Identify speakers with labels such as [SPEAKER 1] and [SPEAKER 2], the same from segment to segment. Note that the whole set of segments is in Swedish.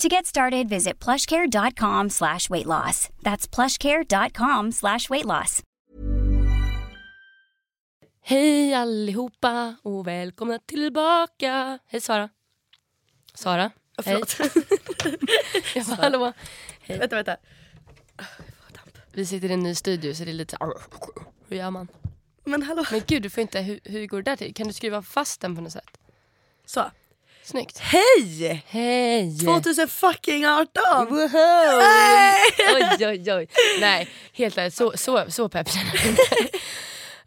[SPEAKER 1] To get started, visit plushcare.com slash weight loss. That's plushcare.com slash weight loss.
[SPEAKER 2] Hej allihopa och välkomna tillbaka. Hej Sara. Sara.
[SPEAKER 3] Förlåt.
[SPEAKER 2] Hej. Jag bara, hallå.
[SPEAKER 3] Vänta, vänta.
[SPEAKER 2] Vi sitter i en ny studio så det är lite så här, Hur gör man?
[SPEAKER 3] Men hallå.
[SPEAKER 2] Men gud, du får inte... Hur, hur går det där till? Kan du skruva fast den på något sätt?
[SPEAKER 3] Så.
[SPEAKER 2] Snyggt.
[SPEAKER 3] Hej!
[SPEAKER 2] Hej! Mm.
[SPEAKER 3] 2018!
[SPEAKER 2] oj, oj, oj. Nej, helt ärligt, så, så, så pepp känner jag inte.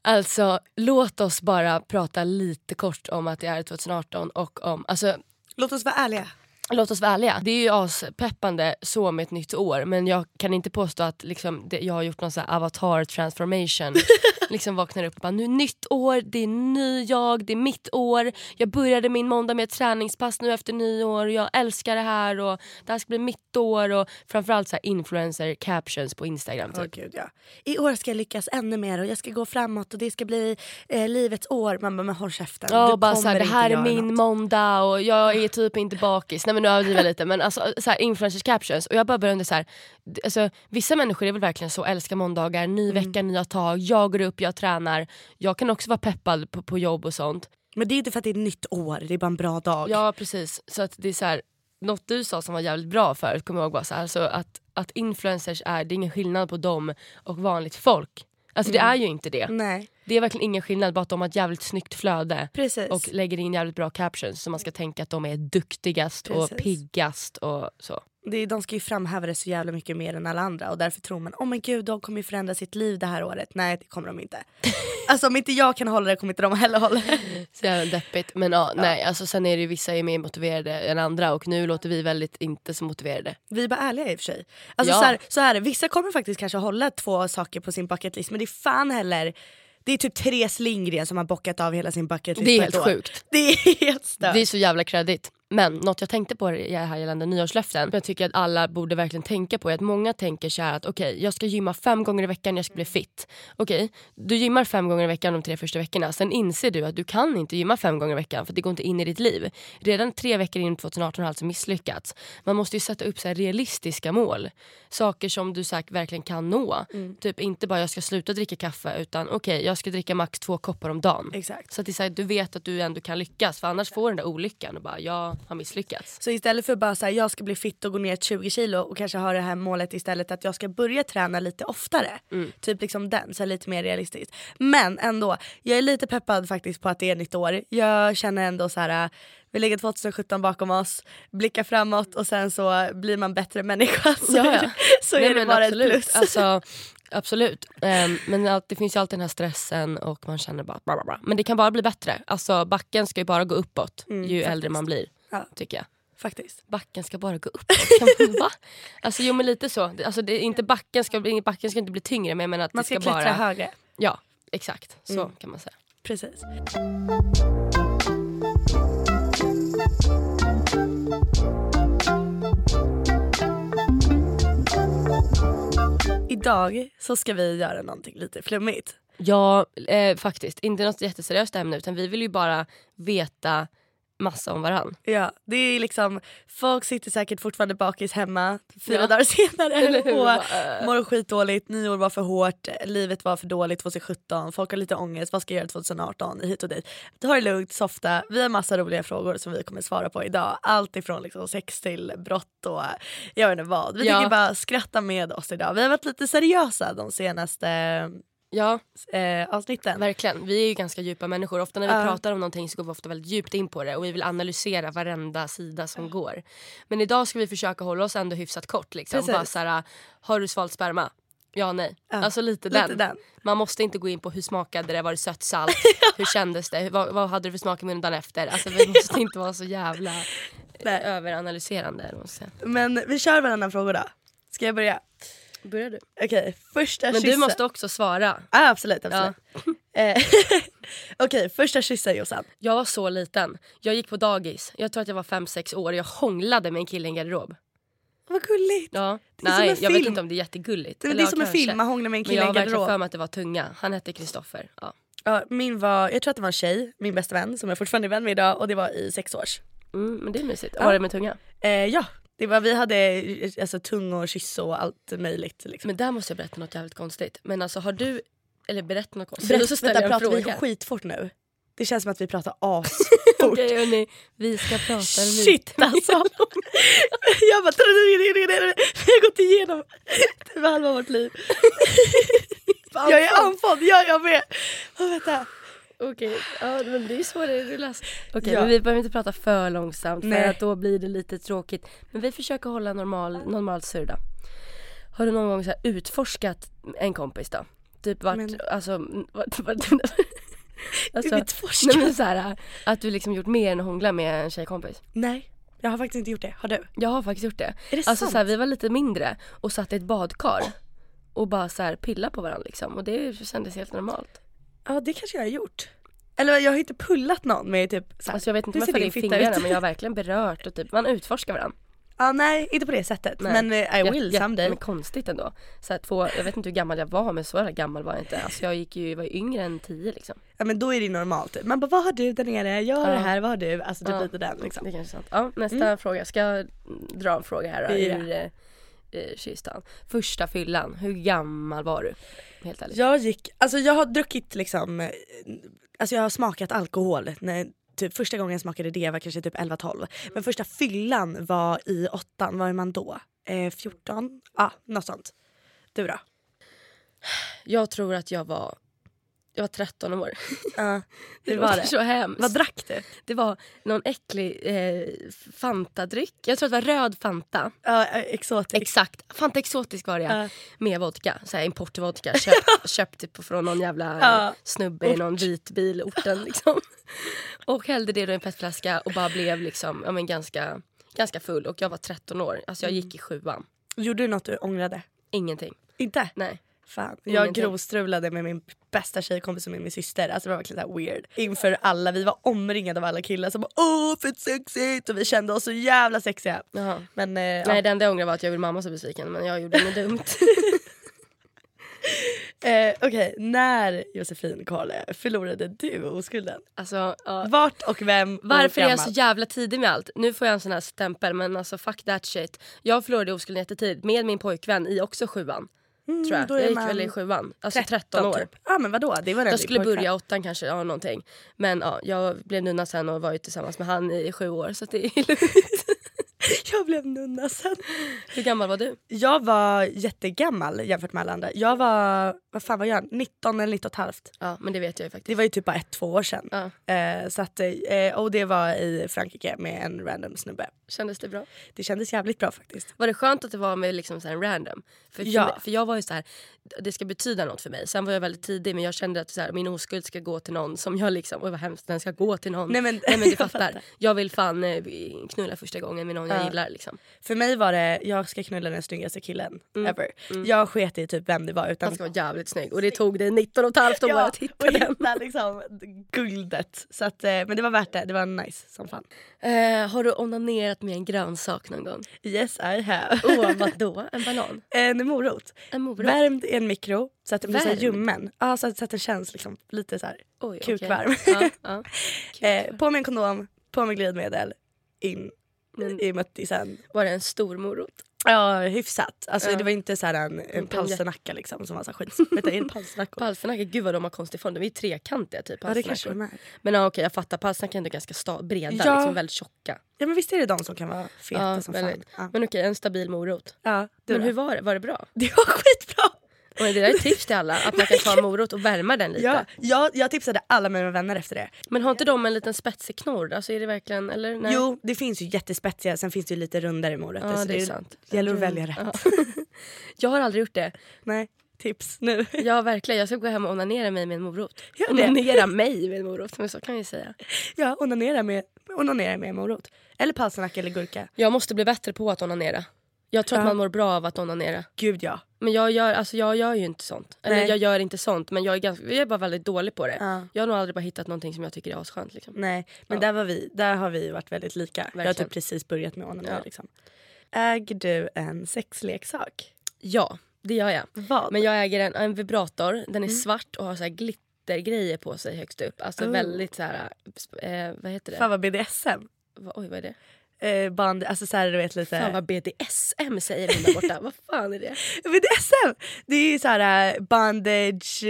[SPEAKER 2] Alltså, låt oss bara prata lite kort om att det är 2018 och om... Alltså,
[SPEAKER 3] Låt oss vara ärliga.
[SPEAKER 2] Låt oss vara ärliga. Det är ju aspeppande så med ett nytt år men jag kan inte påstå att liksom, det, jag har gjort någon sån här avatar transformation. liksom vaknar upp och bara nu nytt år, det är ny jag, det är mitt år. Jag började min måndag med ett träningspass nu efter nyår och jag älskar det här och det här ska bli mitt år och framförallt så här influencer captions på Instagram.
[SPEAKER 3] Åh
[SPEAKER 2] Typ.
[SPEAKER 3] gud, ja. I år ska jag lyckas ännu mer och jag ska gå framåt och det ska bli eh, livets år. Man bara, men håll käften.
[SPEAKER 2] Ja,
[SPEAKER 3] Du
[SPEAKER 2] och bara
[SPEAKER 3] kommer
[SPEAKER 2] så här, det
[SPEAKER 3] inte
[SPEAKER 2] här är
[SPEAKER 3] göra
[SPEAKER 2] min
[SPEAKER 3] något.
[SPEAKER 2] måndag och jag är typ inte bakis. Nej men nu överdriver jag lite men alltså så här, influencers captions och jag bara började undra så här, d- alltså, vissa människor är väl verkligen så, älskar måndagar, ny
[SPEAKER 3] Mm.
[SPEAKER 2] vecka, nya tag, jag går upp, jag tränar. Jag kan också vara peppad på, på jobb och sånt.
[SPEAKER 3] Men det är inte för att det är ett nytt år, det är bara en bra dag.
[SPEAKER 2] Ja precis, så att det är så här, något du sa som var jävligt bra förut kommer jag ihåg bara så här, alltså, att, att influencers är, det är ingen skillnad på dem och vanligt folk. Alltså det
[SPEAKER 3] Mm.
[SPEAKER 2] är ju inte det.
[SPEAKER 3] Nej,
[SPEAKER 2] Det är verkligen ingen skillnad, bara att de har ett jävligt snyggt flöde.
[SPEAKER 3] precis.
[SPEAKER 2] Och lägger in jävligt bra captions så man ska tänka att de är duktigast och
[SPEAKER 3] Precis.
[SPEAKER 2] piggast och så.
[SPEAKER 3] det, är- de ska ju framhäva det så jävla mycket mer än alla andra och därför tror man, åh oh men gud de kommer ju förändra sitt liv det här året. Nej det kommer de inte. alltså om inte jag kan hålla det kommer inte de heller hålla det.
[SPEAKER 2] Så jävla deppigt. Men ja, nej alltså sen är det ju vissa är mer motiverade än andra och nu låter vi väldigt inte så motiverade.
[SPEAKER 3] Vi är bara ärliga i och för sig. Alltså
[SPEAKER 2] Ja.
[SPEAKER 3] så, här, så här, vissa kommer faktiskt kanske hålla två saker på sin bucket list men det är fan heller det är typ Therese Lindgren som har bockat av hela sin bucket list
[SPEAKER 2] Det är
[SPEAKER 3] på
[SPEAKER 2] helt
[SPEAKER 3] ett år.
[SPEAKER 2] sjukt.
[SPEAKER 3] Det är helt stört.
[SPEAKER 2] Det är så jävla kreddigt. Men något jag tänkte på det här gällande nyårslöften, som jag tycker att alla borde verkligen tänka på är att många tänker så här att okej, jag ska gymma fem gånger i veckan, jag ska bli fit. Okej, du gymmar fem gånger i veckan de tre första veckorna, sen inser du att du kan inte gymma fem gånger i veckan för det går inte in i ditt liv. Redan tre veckor in på 2018 har alltså misslyckats. Man måste ju sätta upp så här realistiska mål. Saker som du sagt verkligen kan nå. Typ inte bara jag ska sluta dricka kaffe utan okej, jag ska dricka max två koppar om dagen.
[SPEAKER 3] Exakt.
[SPEAKER 2] Så att det är så här, du vet att du ändå kan lyckas för annars får du den där olyckan och bara jag har misslyckats.
[SPEAKER 3] Så istället för bara så här, jag ska bli fit och gå ner 20 kilo och kanske ha det här målet istället att jag ska börja träna lite oftare.
[SPEAKER 2] Mm.
[SPEAKER 3] Typ liksom den, så här, lite mer realistiskt. Men ändå, jag är lite peppad faktiskt på att det är nytt år. Jag känner ändå så här, äh, vi lägger 2017 bakom oss, blickar framåt och sen så blir man bättre människa. Så,
[SPEAKER 2] Ja, ja.
[SPEAKER 3] så
[SPEAKER 2] Nej,
[SPEAKER 3] är det
[SPEAKER 2] men
[SPEAKER 3] bara
[SPEAKER 2] absolut.
[SPEAKER 3] ett plus.
[SPEAKER 2] Alltså, absolut. Ehm, men allt, det finns ju alltid den här stressen och man känner bara bla, bla, bla. Men det kan bara bli bättre. Alltså backen ska ju bara gå uppåt
[SPEAKER 3] Mm,
[SPEAKER 2] ju äldre man blir.
[SPEAKER 3] Ja.
[SPEAKER 2] Tycker jag.
[SPEAKER 3] Faktiskt.
[SPEAKER 2] Backen ska bara gå uppåt. Kan man, va? Alltså jo men lite så. Det- Alltså, det är inte backen, ska bli, backen ska inte bli tyngre men jag menar att
[SPEAKER 3] Man
[SPEAKER 2] det
[SPEAKER 3] ska,
[SPEAKER 2] ska
[SPEAKER 3] klättra
[SPEAKER 2] bara...
[SPEAKER 3] högre. Mm.
[SPEAKER 2] Ja exakt, så kan man säga.
[SPEAKER 3] Precis. Idag så ska vi göra någonting lite flummigt.
[SPEAKER 2] Ja, eh, faktiskt. Inte något jätteseriöst ämne utan vi vill ju bara veta massa om varann.
[SPEAKER 3] Ja, det är liksom, folk sitter säkert fortfarande bakis hemma fyra
[SPEAKER 2] Ja.
[SPEAKER 3] dagar senare
[SPEAKER 2] Eller hur?
[SPEAKER 3] och
[SPEAKER 2] Bara, eh.
[SPEAKER 3] mår skitdåligt, nyår var för hårt, livet var för dåligt 2017, folk har lite ångest, vad ska jag göra 2018, hit och dit. Ta det lugnt, softa, vi har massa roliga frågor som vi kommer svara på idag. Allt ifrån liksom sex till brott och jag vet inte vad. Vi
[SPEAKER 2] Ja.
[SPEAKER 3] tänker bara skratta med oss idag. Vi har varit lite seriösa de senaste
[SPEAKER 2] Ja,
[SPEAKER 3] eh, avsnitten.
[SPEAKER 2] verkligen. Vi är ju ganska djupa människor. Ofta när vi
[SPEAKER 3] Ja.
[SPEAKER 2] pratar om någonting så går vi ofta väldigt djupt in på det och vi vill analysera varenda sida som går. Men idag ska vi försöka hålla oss ändå hyfsat kort. Liksom.
[SPEAKER 3] Precis.
[SPEAKER 2] Bara så här, har du svalt sperma? Ja, nej. Alltså lite den.
[SPEAKER 3] Lite den.
[SPEAKER 2] Man måste inte gå in på hur smakade det, var det sött, salt, hur kändes det, vad, vad hade du för smak i munnen dagen efter? Alltså vi måste inte vara så jävla eh, överanalyserande. eller vad man ska säga.
[SPEAKER 3] Men vi kör varannan fråga då. Ska jag börja?
[SPEAKER 2] Börjar du?
[SPEAKER 3] Okej, första
[SPEAKER 2] Men
[SPEAKER 3] kyssen.
[SPEAKER 2] du måste också svara.
[SPEAKER 3] Ah, absolut, absolut. Eh, Okej, första kyssen Jossan.
[SPEAKER 2] Jag var så liten. Jag gick på dagis. Jag tror att jag var 5-6 år. Jag hånglade med en kille i en garderob.
[SPEAKER 3] Vad gulligt.
[SPEAKER 2] Ja.
[SPEAKER 3] Det är
[SPEAKER 2] Nej,
[SPEAKER 3] som en
[SPEAKER 2] jag
[SPEAKER 3] film.
[SPEAKER 2] vet inte om det är jättegulligt.
[SPEAKER 3] Det, det
[SPEAKER 2] Eller
[SPEAKER 3] är
[SPEAKER 2] ja,
[SPEAKER 3] som en
[SPEAKER 2] kanske.
[SPEAKER 3] film, man hånglar med en
[SPEAKER 2] Men
[SPEAKER 3] kille
[SPEAKER 2] jag
[SPEAKER 3] i
[SPEAKER 2] har
[SPEAKER 3] en
[SPEAKER 2] verkligen
[SPEAKER 3] garderob.
[SPEAKER 2] för mig att det var tunga. Han hette Kristoffer. Ja.
[SPEAKER 3] Ja, min var, jag tror att det var en tjej, min bästa vän som jag fortfarande är vän med idag och det var i sex års.
[SPEAKER 2] Mm, men det är mysigt. Var det med tunga?
[SPEAKER 3] Eh, ja, det var, vi hade eh, alltså, tunga och kyss och allt möjligt. Liksom.
[SPEAKER 2] Men där måste jag berätta något jävligt konstigt. Men alltså har du... Eller berätta något konstigt.
[SPEAKER 3] Berätta,
[SPEAKER 2] Och så ställer
[SPEAKER 3] vänta,
[SPEAKER 2] jag en
[SPEAKER 3] pratar vi
[SPEAKER 2] fråga.
[SPEAKER 3] skitfort nu? Det känns som att vi pratar asfort.
[SPEAKER 2] Okej hörni, vi ska prata
[SPEAKER 3] Shit alltså! jag bara... Vi har gått igenom typ halva vårt liv. jag är andfådd, jag, jag med! Oh, vänta.
[SPEAKER 2] Okej, ja, men det är svårare att läsa. Okej,
[SPEAKER 3] Ja.
[SPEAKER 2] men vi behöver inte prata för långsamt
[SPEAKER 3] Nej.
[SPEAKER 2] för att då blir det lite tråkigt. Men vi försöker hålla normal, normalt surr då. Har du någon gång så här utforskat en kompis då? Typ vart,
[SPEAKER 3] Men-
[SPEAKER 2] alltså, mm, vart, vart, alltså,
[SPEAKER 3] Utforskat?
[SPEAKER 2] nej men så här, att du liksom gjort mer än att hångla med en tjejkompis.
[SPEAKER 3] Nej, jag har faktiskt inte gjort det. Har du?
[SPEAKER 2] Jag har faktiskt gjort det.
[SPEAKER 3] Är det
[SPEAKER 2] alltså
[SPEAKER 3] sant?
[SPEAKER 2] så här, vi var lite mindre och satt i ett badkar och bara så här pilla på varandra liksom och det kändes helt normalt.
[SPEAKER 3] Ja det kanske jag har gjort. Eller jag har inte pullat någon med typ såhär,
[SPEAKER 2] Alltså jag vet inte
[SPEAKER 3] hur
[SPEAKER 2] varför det
[SPEAKER 3] ser din
[SPEAKER 2] är
[SPEAKER 3] fitta
[SPEAKER 2] fingrarna
[SPEAKER 3] ut?
[SPEAKER 2] men jag har verkligen berört och typ man utforskar varandra.
[SPEAKER 3] Ja nej inte på det sättet
[SPEAKER 2] Nej.
[SPEAKER 3] men eh, I
[SPEAKER 2] Jä-
[SPEAKER 3] will
[SPEAKER 2] jä-
[SPEAKER 3] someday.
[SPEAKER 2] Men konstigt ändå. Så här, två, jag vet inte hur gammal jag var men så jävla gammal var jag inte. Alltså jag gick ju, var ju yngre än tio liksom.
[SPEAKER 3] Ja men då är det ju normalt. typ. Man bara vad har du där nere? Jag har
[SPEAKER 2] Ja.
[SPEAKER 3] det här, vad har du? Alltså typ
[SPEAKER 2] Ja.
[SPEAKER 3] lite den
[SPEAKER 2] Det
[SPEAKER 3] liksom. Mm.
[SPEAKER 2] är kanske är sant. Ja, nästa fråga. Ska jag dra en fråga här då?
[SPEAKER 3] Ja.
[SPEAKER 2] Ur eh, eh, kistan. Första fyllan, hur gammal var du? Helt ärligt.
[SPEAKER 3] Jag gick, alltså jag har druckit liksom, eh, alltså jag har smakat alkohol. När, typ, första gången jag smakade det var kanske typ 11-12. Men första fyllan var i åttan, vad är man då? Eh, 14? Ja något sånt. Du då?
[SPEAKER 2] Jag tror att jag var, jag var 13 år.
[SPEAKER 3] Ja,
[SPEAKER 2] Det
[SPEAKER 3] hur
[SPEAKER 2] var
[SPEAKER 3] var
[SPEAKER 2] så
[SPEAKER 3] det?
[SPEAKER 2] hemskt.
[SPEAKER 3] Vad drack du?
[SPEAKER 2] Det var någon äcklig eh, Fanta-dryck. Jag tror att det var röd Fanta.
[SPEAKER 3] Ja,
[SPEAKER 2] eh,
[SPEAKER 3] exotisk.
[SPEAKER 2] Exakt. Fanta Exotisk var det ja.
[SPEAKER 3] Ja.
[SPEAKER 2] Med vodka. Så här importvodka. Köpt, köpt på, från någon jävla
[SPEAKER 3] Ja.
[SPEAKER 2] snubbe i någon vit bil, orten liksom. Och hällde det då i en petflaska och bara blev liksom, ja, men ganska, ganska full. Och jag var 13 år. Alltså jag
[SPEAKER 3] Mm.
[SPEAKER 2] gick i sjuan.
[SPEAKER 3] Gjorde du något du ångrade?
[SPEAKER 2] Ingenting.
[SPEAKER 3] Inte?
[SPEAKER 2] Nej.
[SPEAKER 3] Fan. Jag
[SPEAKER 2] Ingenting.
[SPEAKER 3] grovstrulade med min bästa tjejkompis och min, min syster. Alltså det var verkligen så här weird. Inför alla, vi var omringade av alla killar som bara åh fett sexigt och vi kände oss så jävla sexiga.
[SPEAKER 2] Jaha.
[SPEAKER 3] Men eh,
[SPEAKER 2] Nej
[SPEAKER 3] ja.
[SPEAKER 2] det enda jag ångrar var att jag gjorde mamma så besviken men jag gjorde inget dumt.
[SPEAKER 3] eh, okej, när Josefin Karle förlorade du oskulden?
[SPEAKER 2] Alltså, ja.
[SPEAKER 3] Vart och vem och
[SPEAKER 2] Varför är jag så
[SPEAKER 3] gammal?
[SPEAKER 2] jävla tidig med allt? Nu får jag en sån här stämpel men alltså fuck that shit. Jag förlorade oskulden jättetidigt med min pojkvän i också sjuan. tror jag.
[SPEAKER 3] Mm, då är
[SPEAKER 2] jag gick
[SPEAKER 3] man
[SPEAKER 2] väl i sjuan. Alltså 13, år.
[SPEAKER 3] Typ. Ja men vadå, det var den
[SPEAKER 2] Jag skulle börja åttan kanske, ja någonting. Men ja, jag blev nunna sen och var ju tillsammans med han i sju år så att det är lugnt.
[SPEAKER 3] Jag blev nunna sen.
[SPEAKER 2] Hur gammal var du?
[SPEAKER 3] Jag var jättegammal jämfört med alla andra. Jag var, vad fan var jag? 19 eller 19 och ett halvt.
[SPEAKER 2] Ja men det vet jag ju faktiskt.
[SPEAKER 3] Det var ju typ bara ett, två år sedan.
[SPEAKER 2] Ja,
[SPEAKER 3] Eh, så att, eh, och det var i Frankrike med en random snubbe.
[SPEAKER 2] kändes det bra?
[SPEAKER 3] Det kändes jävligt bra faktiskt.
[SPEAKER 2] Var det skönt att det var med liksom så här random? För, för,
[SPEAKER 3] Ja.
[SPEAKER 2] mig- för jag var ju så här, det ska betyda något för mig. Sen var jag väldigt tidig men jag kände att så här, min oskuld ska gå till någon som jag liksom, oj vad hemskt, den ska gå till någon.
[SPEAKER 3] Nej, men-
[SPEAKER 2] Nej men du
[SPEAKER 3] jag
[SPEAKER 2] fattar.
[SPEAKER 3] fattar.
[SPEAKER 2] Jag vill fan eh, knulla första gången med någon jag
[SPEAKER 3] Ja.
[SPEAKER 2] gillar liksom.
[SPEAKER 3] För mig var det, jag ska knulla den snyggaste killen ever. Jag sket i typ vem det var
[SPEAKER 2] Han
[SPEAKER 3] utan
[SPEAKER 2] Mm. ska vara jävligt snygg och det tog dig 19 och ett halvt år bara att hitta
[SPEAKER 3] och
[SPEAKER 2] den.
[SPEAKER 3] hitta liksom guldet. Så att, eh, men det var värt det, det var nice som fan.
[SPEAKER 2] Eh, har du onanerat med en grönsak någon gång?
[SPEAKER 3] Yes I have.
[SPEAKER 2] Åh, vadå? En banan?
[SPEAKER 3] en morot.
[SPEAKER 2] En morot?
[SPEAKER 3] Värmd i en mikro så att den blir så här
[SPEAKER 2] Värmd?
[SPEAKER 3] ljummen. Ja, så, att, så att den känns liksom lite så här.
[SPEAKER 2] Oj, okej.
[SPEAKER 3] kukvarm.
[SPEAKER 2] Ja, ja.
[SPEAKER 3] Eh, på med en kondom, på med glidmedel, in
[SPEAKER 2] Men-
[SPEAKER 3] i möttisen.
[SPEAKER 2] Var det en stor morot?
[SPEAKER 3] Ja, hyfsat. Alltså,
[SPEAKER 2] Ja.
[SPEAKER 3] Det var inte så här en, en
[SPEAKER 2] Inte en
[SPEAKER 3] palsternacka liksom, som var så här skit. Vänta, är det palsternackor?
[SPEAKER 2] Palsternackor, gud vad de har konstig form. De är ju trekantiga typ.
[SPEAKER 3] Ja, det kanske
[SPEAKER 2] palsternackor.
[SPEAKER 3] de är.
[SPEAKER 2] Men ja, okej jag fattar, palsternackor är ändå ganska sta- breda,
[SPEAKER 3] Ja.
[SPEAKER 2] liksom, väldigt tjocka.
[SPEAKER 3] Ja, men visst är det de som kan vara feta
[SPEAKER 2] Ja,
[SPEAKER 3] som
[SPEAKER 2] väldigt.
[SPEAKER 3] fan? Ja.
[SPEAKER 2] Men okej, en stabil morot.
[SPEAKER 3] Ja, du
[SPEAKER 2] Men
[SPEAKER 3] då?
[SPEAKER 2] hur var det? Var det bra?
[SPEAKER 3] Det var skitbra!
[SPEAKER 2] Och det där är ett tips till alla, att man kan ta en morot och värma den lite.
[SPEAKER 3] Ja, jag, jag tipsade alla mina vänner efter det.
[SPEAKER 2] Men har inte de en liten spetsig knorr? Alltså är det verkligen, eller? Nej.
[SPEAKER 3] Jo, det finns ju jättespetsiga, sen finns det ju lite rundare morötter.
[SPEAKER 2] Ja,
[SPEAKER 3] så
[SPEAKER 2] det är
[SPEAKER 3] ju-
[SPEAKER 2] sant.
[SPEAKER 3] gäller att välja rätt.
[SPEAKER 2] Ja. jag har aldrig gjort det.
[SPEAKER 3] Nej, tips nu.
[SPEAKER 2] Jag har verkligen, jag ska gå hem och onanera mig med en morot.
[SPEAKER 3] Gör det.
[SPEAKER 2] Onanera mig med en morot, men så kan jag säga.
[SPEAKER 3] Ja, onanera med, onanera med morot. Eller palsternacka eller gurka.
[SPEAKER 2] Jag måste bli bättre på att onanera. Jag tror att
[SPEAKER 3] Ja.
[SPEAKER 2] man mår bra av att onanera.
[SPEAKER 3] Gud ja.
[SPEAKER 2] Men jag gör, alltså jag gör ju inte sånt. Eller
[SPEAKER 3] Nej.
[SPEAKER 2] jag gör inte sånt, men jag är, ganska, jag är bara väldigt dålig på det.
[SPEAKER 3] Ja.
[SPEAKER 2] Jag har nog aldrig bara hittat någonting som jag tycker är asskönt. Liksom.
[SPEAKER 3] Nej, men
[SPEAKER 2] Ja.
[SPEAKER 3] där, var vi, där har vi varit väldigt lika. Jag har
[SPEAKER 2] Verkligen.
[SPEAKER 3] typ precis börjat med onanera.
[SPEAKER 2] Ja.
[SPEAKER 3] Liksom. Äger du en sexleksak?
[SPEAKER 2] Ja, det gör jag.
[SPEAKER 3] Vad?
[SPEAKER 2] Men jag äger en, en vibrator. Den är svart och har så här glittergrejer på sig högst upp. Alltså
[SPEAKER 3] Oh.
[SPEAKER 2] väldigt så här... Eh, vad heter det?
[SPEAKER 3] Fan vad BDSM.
[SPEAKER 2] Va- Oj, vad är det?
[SPEAKER 3] Eh, band, alltså såhär du vet lite...
[SPEAKER 2] Fan vad BDSM säger de där borta. vad fan är det?
[SPEAKER 3] BDSM! Det är ju såhär eh, bandage,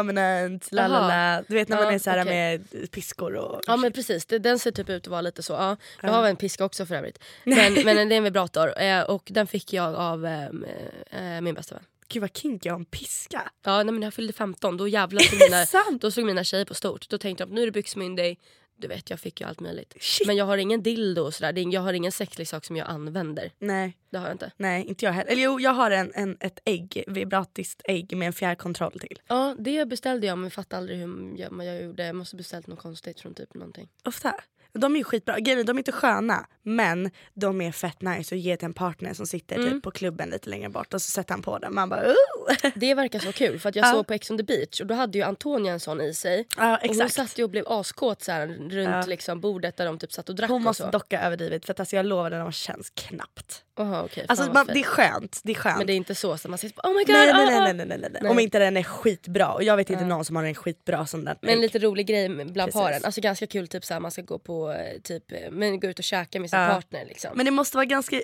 [SPEAKER 3] dominant, la la
[SPEAKER 2] Jaha.
[SPEAKER 3] la. Du vet när man
[SPEAKER 2] Ja,
[SPEAKER 3] är såhär
[SPEAKER 2] okej.
[SPEAKER 3] med piskor och...
[SPEAKER 2] Ja men precis, Det- den ser typ ut att vara lite så. Ja, jag har en piska också för övrigt. Men, men det är en vibrator eh, och den fick jag av ehm, eh, min bästa vän.
[SPEAKER 3] Gud vad kinky jag har en piska.
[SPEAKER 2] Ja, nej, men när jag fyllde 15 då jävlar slog mina,
[SPEAKER 3] sant?
[SPEAKER 2] då slog mina tjejer på stort. Då tänkte de nu är det byxmyndig. Du vet jag fick ju allt möjligt.
[SPEAKER 3] Shit.
[SPEAKER 2] Men jag har ingen dildo och sådär. Det är ing- Jag har ingen sexlig sak som jag använder.
[SPEAKER 3] Nej,
[SPEAKER 2] Det har jag inte.
[SPEAKER 3] nej inte jag heller. Eller jo, jag har en, en, ett ägg, vibratiskt ägg med en fjärrkontroll till.
[SPEAKER 2] Ja det beställde jag men jag fattar aldrig hur jag, men jag gjorde. Jag måste beställt något konstigt från typ någonting.
[SPEAKER 3] Ofta. De är ju skitbra. Grejen är, De är inte sköna men de är fett nice att ge till en partner som sitter
[SPEAKER 2] Mm.
[SPEAKER 3] typ på klubben lite längre bort och så sätter han på den. Man bara oh!
[SPEAKER 2] Det verkar så kul för att jag
[SPEAKER 3] Ja.
[SPEAKER 2] såg på Ex on the beach och då hade ju Antonia en sån i sig.
[SPEAKER 3] Ja
[SPEAKER 2] Och hon
[SPEAKER 3] exakt.
[SPEAKER 2] satt ju och blev askåt så här, runt
[SPEAKER 3] Ja.
[SPEAKER 2] liksom, bordet där de typ satt och drack
[SPEAKER 3] Hon
[SPEAKER 2] och
[SPEAKER 3] måste
[SPEAKER 2] så.
[SPEAKER 3] docka överdrivet för att alltså, jag lovar den känns knappt.
[SPEAKER 2] Aha, okej, fan
[SPEAKER 3] Alltså
[SPEAKER 2] vad
[SPEAKER 3] man,
[SPEAKER 2] fint.
[SPEAKER 3] det är skönt. Det är skönt.
[SPEAKER 2] Men det är inte så som man sitter och bara, oh my god.
[SPEAKER 3] nej, nej,
[SPEAKER 2] ah, ah."
[SPEAKER 3] nej, nej, nej, nej, nej. Om
[SPEAKER 2] Nej.
[SPEAKER 3] inte den är skitbra. Och jag vet inte någon som har en skitbra sån där.
[SPEAKER 2] Men en lite rolig grej bland
[SPEAKER 3] Precis.
[SPEAKER 2] paren. Alltså ganska kul typ såhär man ska gå på eh, typ eh, men gå ut och käka med sin
[SPEAKER 3] Ja.
[SPEAKER 2] partner liksom.
[SPEAKER 3] men det måste vara ganska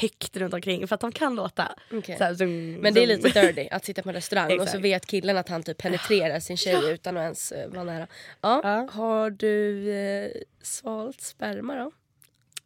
[SPEAKER 3] högt runt omkring för att de kan låta.
[SPEAKER 2] Okej.
[SPEAKER 3] Så här, zoom,
[SPEAKER 2] Men det är
[SPEAKER 3] zoom.
[SPEAKER 2] lite dirty att sitta på en restaurang och så
[SPEAKER 3] Exakt.
[SPEAKER 2] vet killen att han typ penetrerar sin tjej utan att ens eh, vara nära. Ja.
[SPEAKER 3] Ja.
[SPEAKER 2] Har du eh, svalt sperma då?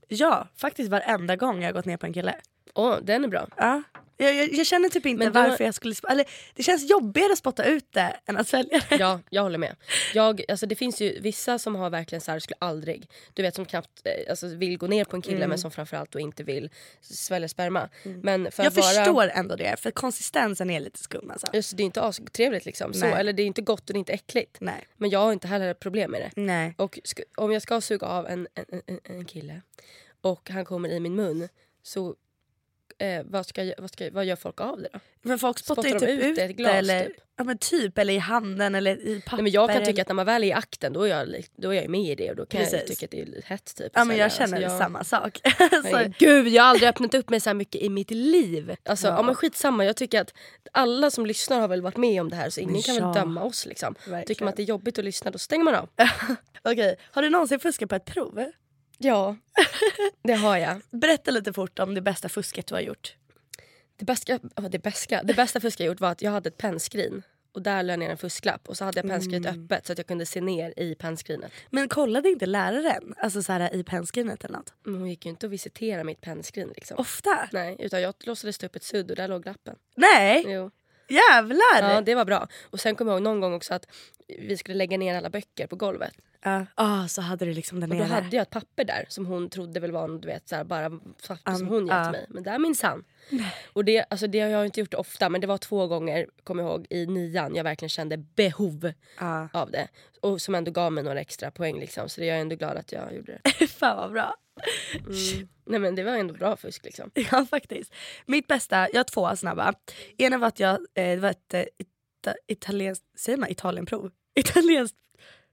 [SPEAKER 3] Ja, faktiskt varenda gång jag har gått ner på en kille.
[SPEAKER 2] Åh, den är bra.
[SPEAKER 3] Ja. Jag, jag, jag känner typ inte
[SPEAKER 2] Men då-
[SPEAKER 3] varför jag skulle... sp- Eller, det känns jobbigare att spotta ut det än att svälja det.
[SPEAKER 2] Ja, jag håller med. Jag, alltså det finns ju vissa som har verkligen så här, skulle aldrig, du vet som knappt eh, alltså, vill gå ner på en kille
[SPEAKER 3] Mm.
[SPEAKER 2] men som framförallt då inte vill svälja sperma. Men för
[SPEAKER 3] Jag
[SPEAKER 2] att vara,
[SPEAKER 3] förstår ändå det, för konsistensen är lite skum. Alltså.
[SPEAKER 2] Just, det är inte astrevligt liksom. Så,
[SPEAKER 3] Nej.
[SPEAKER 2] eller det är inte gott och det är inte äckligt.
[SPEAKER 3] Nej.
[SPEAKER 2] Men jag har inte heller ett problem med det.
[SPEAKER 3] Nej.
[SPEAKER 2] Och sk- om jag ska suga av en, en, en- en, en kille och han kommer i min mun så eh, vad, ska jag, vad, ska, jag- vad gör folk av det då?
[SPEAKER 3] Men folk spottar,
[SPEAKER 2] Spottar de
[SPEAKER 3] ju typ
[SPEAKER 2] ut
[SPEAKER 3] ut
[SPEAKER 2] det i
[SPEAKER 3] det
[SPEAKER 2] ett glas,
[SPEAKER 3] eller,
[SPEAKER 2] typ?
[SPEAKER 3] ja, men typ, eller i handen eller i papper.
[SPEAKER 2] Nej, men jag kan
[SPEAKER 3] eller-
[SPEAKER 2] tycka att när man väl är i akten då är jag, li- då är jag med i det och då kan jag
[SPEAKER 3] Precis.
[SPEAKER 2] tycka att det är lite hett. Typ,
[SPEAKER 3] Ja, men jag
[SPEAKER 2] Alltså,
[SPEAKER 3] känner
[SPEAKER 2] jag-
[SPEAKER 3] samma sak. så,
[SPEAKER 2] Herregud, Gud, jag har aldrig öppnat upp mig så här mycket i mitt liv. Alltså, ja.
[SPEAKER 3] Ja.
[SPEAKER 2] men skitsamma, jag tycker att alla som lyssnar har väl varit med om det här så ingen kan
[SPEAKER 3] ja.
[SPEAKER 2] väl döma oss. Liksom.
[SPEAKER 3] Verkligen.
[SPEAKER 2] Tycker man att det är jobbigt att lyssna då stänger man av.
[SPEAKER 3] Okej, Har du någonsin fuskat på ett prov?
[SPEAKER 2] Ja, det har jag.
[SPEAKER 3] Berätta lite fort om det bästa fusket du har gjort.
[SPEAKER 2] Det bästa, åh, det bästa, det bästa fusk jag gjort var att jag hade ett pennskrin och där lade jag ner en fusklapp och så hade jag pennskrinet öppet så att jag kunde se ner i pennskrinet.
[SPEAKER 3] Men kollade inte läraren alltså, så här, i pennskrinet eller något?
[SPEAKER 2] Men hon gick ju inte och visiterade mitt pennskrin liksom.
[SPEAKER 3] Ofta?
[SPEAKER 2] Nej, utan jag låtsades ta upp ett sudd och där låg lappen.
[SPEAKER 3] Nej!
[SPEAKER 2] Jo.
[SPEAKER 3] Jävlar!
[SPEAKER 2] Ja, det var bra. Och sen kommer jag ihåg någon gång också att vi skulle lägga ner alla böcker på golvet.
[SPEAKER 3] Ja. Ah, så hade du liksom den
[SPEAKER 2] Och då
[SPEAKER 3] nere.
[SPEAKER 2] hade jag ett papper där som hon trodde väl var någon, du vet, så här, bara papper som
[SPEAKER 3] An-
[SPEAKER 2] hon gett
[SPEAKER 3] Um, ja.
[SPEAKER 2] mig. Men där minsann. Och det, alltså, det har jag inte gjort det ofta men det var två gånger, kommer jag ihåg, i nian jag verkligen kände behov
[SPEAKER 3] Ja.
[SPEAKER 2] av det. Och som ändå gav mig några extra poäng liksom. Så det är jag ändå glad att jag gjorde det.
[SPEAKER 3] Fan vad bra.
[SPEAKER 2] Nej men det var ändå bra fusk liksom.
[SPEAKER 3] Ja faktiskt. Mitt bästa, jag har två snabba. Ena var att jag, eh, det var ett eh, ita, italienskt, säger man italienprov? Italienskt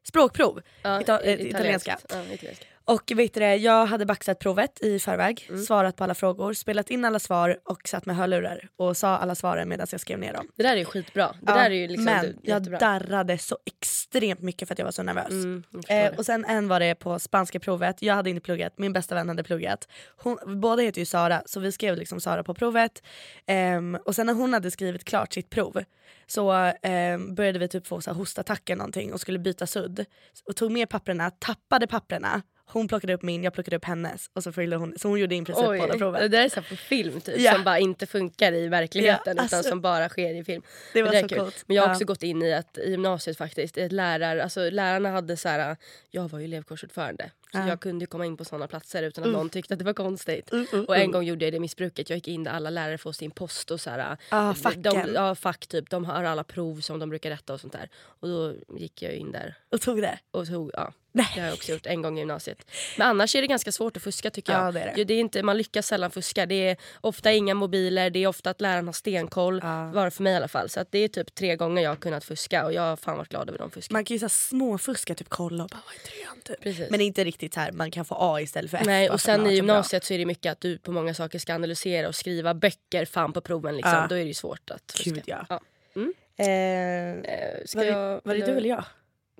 [SPEAKER 3] språkprov.
[SPEAKER 2] Ja,
[SPEAKER 3] Ita- eh,
[SPEAKER 2] italienskt.
[SPEAKER 3] italienska.
[SPEAKER 2] Ja, italienska.
[SPEAKER 3] Och vet du det, jag hade baxat provet i förväg,
[SPEAKER 2] Mm.
[SPEAKER 3] svarat på alla frågor, spelat in alla svar och satt med hörlurar och sa alla svaren medan jag skrev ner dem.
[SPEAKER 2] Det där är ju skitbra. Det
[SPEAKER 3] Ja,
[SPEAKER 2] där är ju liksom
[SPEAKER 3] men
[SPEAKER 2] du-
[SPEAKER 3] jag
[SPEAKER 2] jättebra.
[SPEAKER 3] darrade så extremt mycket för att jag var så nervös.
[SPEAKER 2] Mm, jag förstår
[SPEAKER 3] Eh,
[SPEAKER 2] det.
[SPEAKER 3] och sen en var det på spanska provet, jag hade inte pluggat, min bästa vän hade pluggat. Hon, båda heter ju Sara så vi skrev liksom Sara på provet. Ehm, och sen när hon hade skrivit klart sitt prov så ehm, började vi typ få så här hostattacker någonting och skulle byta sudd. Och tog med papperna, tappade papperna, Hon plockade upp min, jag plockade upp hennes och så fyllde hon, så hon gjorde i princip
[SPEAKER 2] Oj,
[SPEAKER 3] båda
[SPEAKER 2] Det
[SPEAKER 3] proven.
[SPEAKER 2] där är så här på film typ,
[SPEAKER 3] Ja.
[SPEAKER 2] som bara inte funkar i verkligheten
[SPEAKER 3] Ja, alltså.
[SPEAKER 2] utan som bara sker i film.
[SPEAKER 3] Det
[SPEAKER 2] Men
[SPEAKER 3] var
[SPEAKER 2] är
[SPEAKER 3] så
[SPEAKER 2] kul.
[SPEAKER 3] coolt.
[SPEAKER 2] Men jag har
[SPEAKER 3] Ja.
[SPEAKER 2] också gått in i att i gymnasiet faktiskt, i ett lärar, alltså lärarna hade så här, jag var ju elevkårsordförande så jag kunde ju komma in på sådana platser utan att
[SPEAKER 3] Mm.
[SPEAKER 2] någon tyckte att det var konstigt. och en gång gjorde jag det missbruket, jag gick in där alla lärare får sin post och så här,
[SPEAKER 3] Ah,
[SPEAKER 2] de,
[SPEAKER 3] facken.
[SPEAKER 2] ja, fack typ, de har alla prov som de brukar rätta och sånt där. Och då gick jag ju in där
[SPEAKER 3] Och tog det.
[SPEAKER 2] och tog, ja.
[SPEAKER 3] Nej.
[SPEAKER 2] Det har jag också gjort en gång i gymnasiet. Men annars är det ganska svårt att fuska tycker jag.
[SPEAKER 3] Ja, det är det.
[SPEAKER 2] Ju, är inte, man lyckas sällan fuska. Det är ofta inga mobiler, det är ofta att läraren har stenkoll. Var det för mig i alla fall. Så att det är typ tre gånger jag har kunnat fuska och jag har fan varit glad över de fusken.
[SPEAKER 3] Man kan ju så här småfuska, typ kolla och bara vad är trean typ.
[SPEAKER 2] Precis.
[SPEAKER 3] Men inte riktigt så här, man kan få A istället för F.
[SPEAKER 2] Nej,
[SPEAKER 3] bara
[SPEAKER 2] och
[SPEAKER 3] för att
[SPEAKER 2] sen i
[SPEAKER 3] man har varit så
[SPEAKER 2] gymnasiet så är det mycket att du på många saker ska analysera och skriva böcker fan på proven. Liksom.
[SPEAKER 3] Ja.
[SPEAKER 2] Då är det ju svårt att fuska.
[SPEAKER 3] Gud, ja.
[SPEAKER 2] Mm.
[SPEAKER 3] bra. Eh,
[SPEAKER 2] Eh, Ska
[SPEAKER 3] var,
[SPEAKER 2] jag,
[SPEAKER 3] det, var det du eller jag?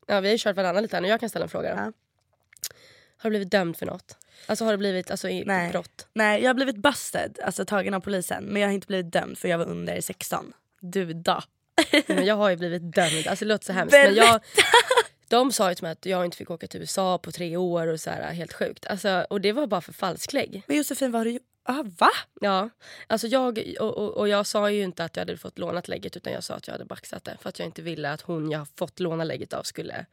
[SPEAKER 2] Ja, vi har ju kört varandra lite här nu. Jag kan ställa en fråga. då.
[SPEAKER 3] Ja.
[SPEAKER 2] Har du blivit dömd för något? Alltså har du blivit alltså, i
[SPEAKER 3] Nej.
[SPEAKER 2] brott?
[SPEAKER 3] Nej jag har blivit busted, alltså tagen av polisen. Men jag har inte blivit dömd för jag var under 16. Du då?
[SPEAKER 2] Men jag har ju blivit dömd. Alltså det låter så hemskt. Men
[SPEAKER 3] Berätta!
[SPEAKER 2] jag, de sa ju till mig att jag inte fick åka till USA på tre år och så här, helt sjukt. Alltså, och det var bara för falsklägg.
[SPEAKER 3] Men Josefin vad har du gjort? Ah, va?
[SPEAKER 2] Ja. Alltså jag, och, och, och jag sa ju inte att jag hade fått lånat lägget utan jag sa att jag hade baxat det. För att jag inte ville att hon jag har fått låna lägget av skulle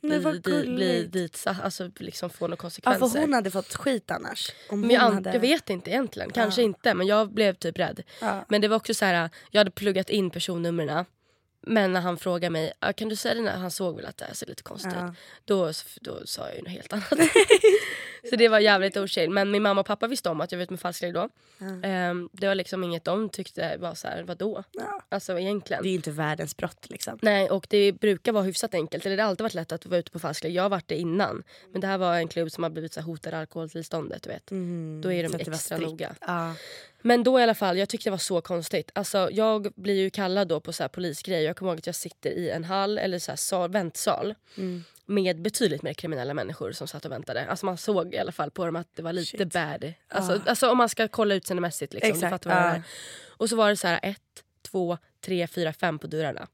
[SPEAKER 3] Nej,
[SPEAKER 2] bli,
[SPEAKER 3] vad
[SPEAKER 2] di, bli
[SPEAKER 3] gulligt.
[SPEAKER 2] dit, alltså liksom få några
[SPEAKER 3] Ja,
[SPEAKER 2] konsekvenser.
[SPEAKER 3] för Ah, hon hade fått skit annars. Om
[SPEAKER 2] Men
[SPEAKER 3] hon
[SPEAKER 2] jag, an-
[SPEAKER 3] hade...
[SPEAKER 2] jag vet inte egentligen, kanske inte men jag blev typ rädd.
[SPEAKER 3] Ja.
[SPEAKER 2] Men det var också så här, jag hade pluggat in personnumren men när han frågade mig, "Ah, kan du säga det när han såg väl att det här ser lite konstigt ut.
[SPEAKER 3] Ja.
[SPEAKER 2] Då, då sa jag ju något helt annat. så det var jävligt ochill. Men min mamma och pappa visste om att jag var ute med falsklägg då. Ehm, det var liksom inget de tyckte var så här, vadå?
[SPEAKER 3] Ja.
[SPEAKER 2] Alltså egentligen.
[SPEAKER 3] Det är ju inte världens brott liksom.
[SPEAKER 2] Nej, och det brukar vara hyfsat enkelt. Eller det har alltid varit lätt att vara ute på falsklägg. Jag har varit det innan. Men det här var en klubb som har blivit så här, hotad alkoholtillståndet, du vet. Då är
[SPEAKER 3] så
[SPEAKER 2] de
[SPEAKER 3] att Mm. det var
[SPEAKER 2] extra
[SPEAKER 3] strikt.
[SPEAKER 2] noga.
[SPEAKER 3] Ja.
[SPEAKER 2] Men då i alla fall, jag tyckte det var så konstigt. Alltså, jag blir ju kallad då på så här polisgrejer. Jag kommer ihåg att jag sitter i en hall eller så här sal, väntsal
[SPEAKER 3] Mm.
[SPEAKER 2] med betydligt mer kriminella människor som satt och väntade. Alltså man såg i alla fall på dem att det var lite
[SPEAKER 3] Shit. Ah.
[SPEAKER 2] bad. Alltså, alltså om man ska kolla utseendemässigt. Liksom, du
[SPEAKER 3] Exakt, Ah.
[SPEAKER 2] fattar vad jag
[SPEAKER 3] ja.
[SPEAKER 2] menar. Och så var det så här ett, två, tre, fyra, fem på dörrarna.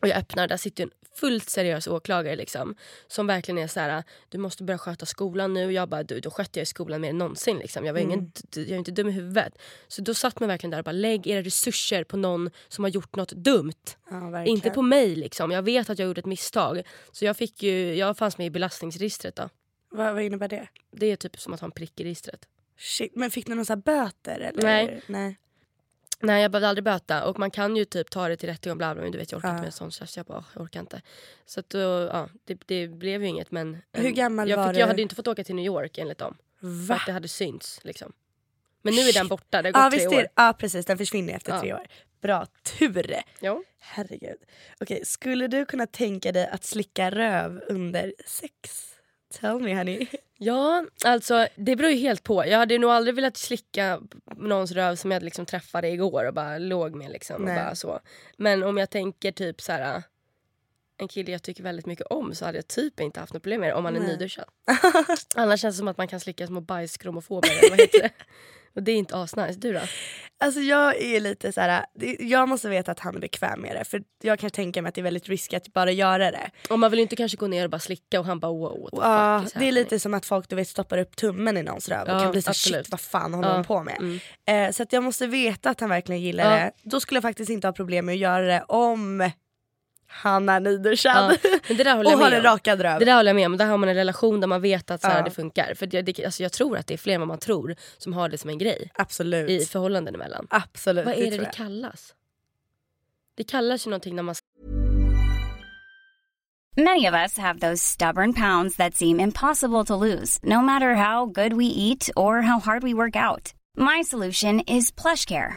[SPEAKER 2] Och jag öppnar, där sitter ju en fullt seriös åklagare liksom, som verkligen är så här, du måste börja sköta skolan nu. Jag bara, du, då skötte jag ju skolan mer än någonsin. Liksom. Jag, var ingen, d- jag är inte dum i huvudet. Så då satt man verkligen där och bara, lägg era resurser på någon som har gjort något dumt.
[SPEAKER 3] Ja, verkligen.
[SPEAKER 2] Inte på mig liksom. Jag vet att jag gjorde ett misstag. Så jag, fick ju, jag fanns med i belastningsregistret då.
[SPEAKER 3] Vad, vad innebär det?
[SPEAKER 2] Det är typ som att ha en prick i registret.
[SPEAKER 3] Shit. Men fick ni några så här böter? Eller?
[SPEAKER 2] Nej.
[SPEAKER 3] Nej.
[SPEAKER 2] Nej jag behövde aldrig böta och man kan ju typ ta det till rättegång bla bla men du vet jag orkar
[SPEAKER 3] Ja.
[SPEAKER 2] inte med en sån tjafs. Jag bara "Åh, jag orkar inte. Så att då, ja, det, det blev ju inget men.
[SPEAKER 3] Hur
[SPEAKER 2] em,
[SPEAKER 3] gammal
[SPEAKER 2] jag
[SPEAKER 3] var
[SPEAKER 2] Jag
[SPEAKER 3] du?
[SPEAKER 2] hade ju inte fått åka till New York enligt dem. För
[SPEAKER 3] Va?
[SPEAKER 2] att det hade synts liksom. Men nu är den borta, det har gått
[SPEAKER 3] Ja,
[SPEAKER 2] tre
[SPEAKER 3] visst är
[SPEAKER 2] år.
[SPEAKER 3] det. Ja, precis. Den försvinner efter
[SPEAKER 2] Ja.
[SPEAKER 3] tre år. Bra tur.
[SPEAKER 2] Jo.
[SPEAKER 3] Herregud. Okej, skulle du kunna tänka dig att slicka röv under sex? Tell me honey.
[SPEAKER 2] Ja, alltså det beror ju helt på. Jag hade ju nog aldrig velat slicka någons röv som jag liksom träffade igår och bara låg med liksom. Och
[SPEAKER 3] Nej.
[SPEAKER 2] bara så. Men om jag tänker typ så här. En kille jag tycker väldigt mycket om så hade jag typ inte haft något problem med det om han är
[SPEAKER 3] Nej.
[SPEAKER 2] nyduschad. Annars känns det som att man kan slicka små bajskromofober eller vad heter det? Och det är inte asnice. Du då?
[SPEAKER 3] Alltså jag är lite så här, det- jag måste veta att han är bekväm med det för jag kan tänka mig att det är väldigt riskigt att bara göra det.
[SPEAKER 2] Och man vill ju inte kanske gå ner och bara slicka och han bara wow what the
[SPEAKER 3] Ja,
[SPEAKER 2] fuck is
[SPEAKER 3] det är
[SPEAKER 2] happening?"
[SPEAKER 3] lite som att folk du vet, stoppar upp tummen i någons röv
[SPEAKER 2] Ja,
[SPEAKER 3] och kan bli så här,
[SPEAKER 2] absolut. Mm.
[SPEAKER 3] shit vad fan håller hon på med? Eh, så att jag måste veta att han verkligen gillar
[SPEAKER 2] Ja.
[SPEAKER 3] det. Då skulle jag faktiskt inte ha problem med att göra det om han är nyduschad
[SPEAKER 2] Ja, men det där håller
[SPEAKER 3] och
[SPEAKER 2] jag
[SPEAKER 3] har
[SPEAKER 2] med
[SPEAKER 3] en
[SPEAKER 2] om.
[SPEAKER 3] rakad röv.
[SPEAKER 2] Det där håller jag med om. Där har man en relation där man vet att så här,
[SPEAKER 3] Ja.
[SPEAKER 2] det funkar. För det, det, alltså, jag tror att det är fler än vad man tror som har det som en grej
[SPEAKER 3] Absolut.
[SPEAKER 2] i förhållanden emellan.
[SPEAKER 3] Absolut.
[SPEAKER 2] Vad är det
[SPEAKER 3] tror
[SPEAKER 2] det
[SPEAKER 3] jag.
[SPEAKER 2] kallas? Det kallas ju någonting när man
[SPEAKER 1] Many of us have those stubborn pounds that seem impossible to lose, no matter how good we eat or how hard we work out. My solution is PlushCare.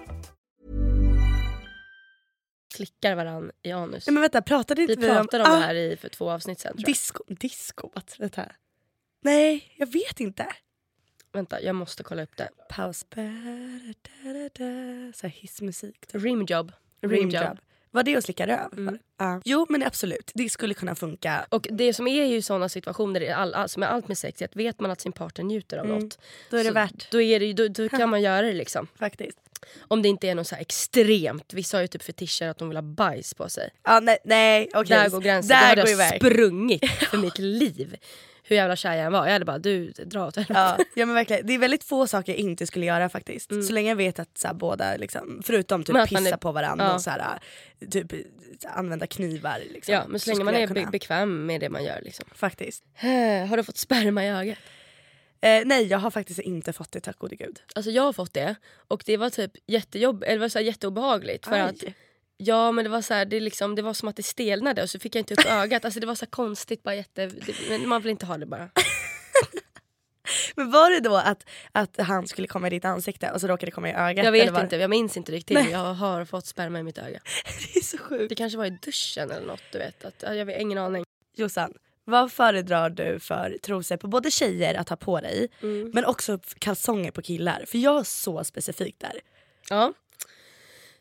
[SPEAKER 2] Klickar varann i anus.
[SPEAKER 3] Nej men vänta, pratade inte
[SPEAKER 2] vi
[SPEAKER 3] vi,
[SPEAKER 2] pratade om
[SPEAKER 3] Ah,
[SPEAKER 2] det här i för två avsnitt sen tror jag.
[SPEAKER 3] Disco, discobatteriet här. Nej, jag vet inte.
[SPEAKER 2] Vänta, jag måste kolla upp det.
[SPEAKER 3] Paus. Ba-da-da-da-da. Så här hissmusik.
[SPEAKER 2] Rimjob.
[SPEAKER 3] Rimjob. Var det att slicka röv? Ja. Jo men absolut, det skulle kunna funka.
[SPEAKER 2] Mm. Och det som är ju sådana situationer, i all, all, som är allt med sex, är att vet man att sin partner njuter av något.
[SPEAKER 3] Mm. Då är det
[SPEAKER 2] så
[SPEAKER 3] värt
[SPEAKER 2] Då, är det, ju- då, då kan man göra det liksom.
[SPEAKER 3] faktiskt.
[SPEAKER 2] Om det inte är något så här extremt. Vissa har ju typ fetischer att de vill ha bajs på sig.
[SPEAKER 3] Ja, nej, nej okej.
[SPEAKER 2] Där går gränsen.
[SPEAKER 3] Där
[SPEAKER 2] då
[SPEAKER 3] går
[SPEAKER 2] hade jag
[SPEAKER 3] ju verkligen.
[SPEAKER 2] sprungit för mitt liv. Hur jävla kär jag än var. Jag hade bara, du dra åt helvete.
[SPEAKER 3] Ja, ja, men verkligen. Det är väldigt få saker jag inte skulle göra faktiskt. Så länge jag vet att så här, båda, liksom, förutom
[SPEAKER 2] Mm. Men att
[SPEAKER 3] typ
[SPEAKER 2] man
[SPEAKER 3] pissa
[SPEAKER 2] är-
[SPEAKER 3] på varandra
[SPEAKER 2] ja.
[SPEAKER 3] och så här, äh, typ, äh, använda knivar. Liksom.
[SPEAKER 2] Ja, men så länge man
[SPEAKER 3] skulle
[SPEAKER 2] är
[SPEAKER 3] jag
[SPEAKER 2] be-
[SPEAKER 3] kunna.
[SPEAKER 2] bekväm med det man gör liksom.
[SPEAKER 3] Faktiskt.
[SPEAKER 2] Eh, Har du fått sperma i ögat?
[SPEAKER 3] Eh, nej jag har faktiskt inte fått det tack gode gud.
[SPEAKER 2] Alltså jag har fått det och det var typ jättejobb eller det var så här jätteobehagligt för
[SPEAKER 3] Aj.
[SPEAKER 2] att ja men det var så här, det liksom det var som att det stelnade och så fick jag inte upp ögat. Alltså det var så här konstigt bara jätte det, men man vill inte ha det bara.
[SPEAKER 3] Men var det då att, att han skulle komma i ditt ansikte och så råkade det komma i ögat?
[SPEAKER 2] Jag vet
[SPEAKER 3] eller var-
[SPEAKER 2] inte, jag minns inte riktigt.
[SPEAKER 3] Nej.
[SPEAKER 2] Jag har fått sperma i mitt öga.
[SPEAKER 3] Det är så sjukt.
[SPEAKER 2] Det kanske var i duschen eller något du vet att jag har ingen aning.
[SPEAKER 3] Jossan, vad föredrar du för trosor på både tjejer att ha på dig men också kalsonger på killar? För jag är så specifik där.
[SPEAKER 2] Ja.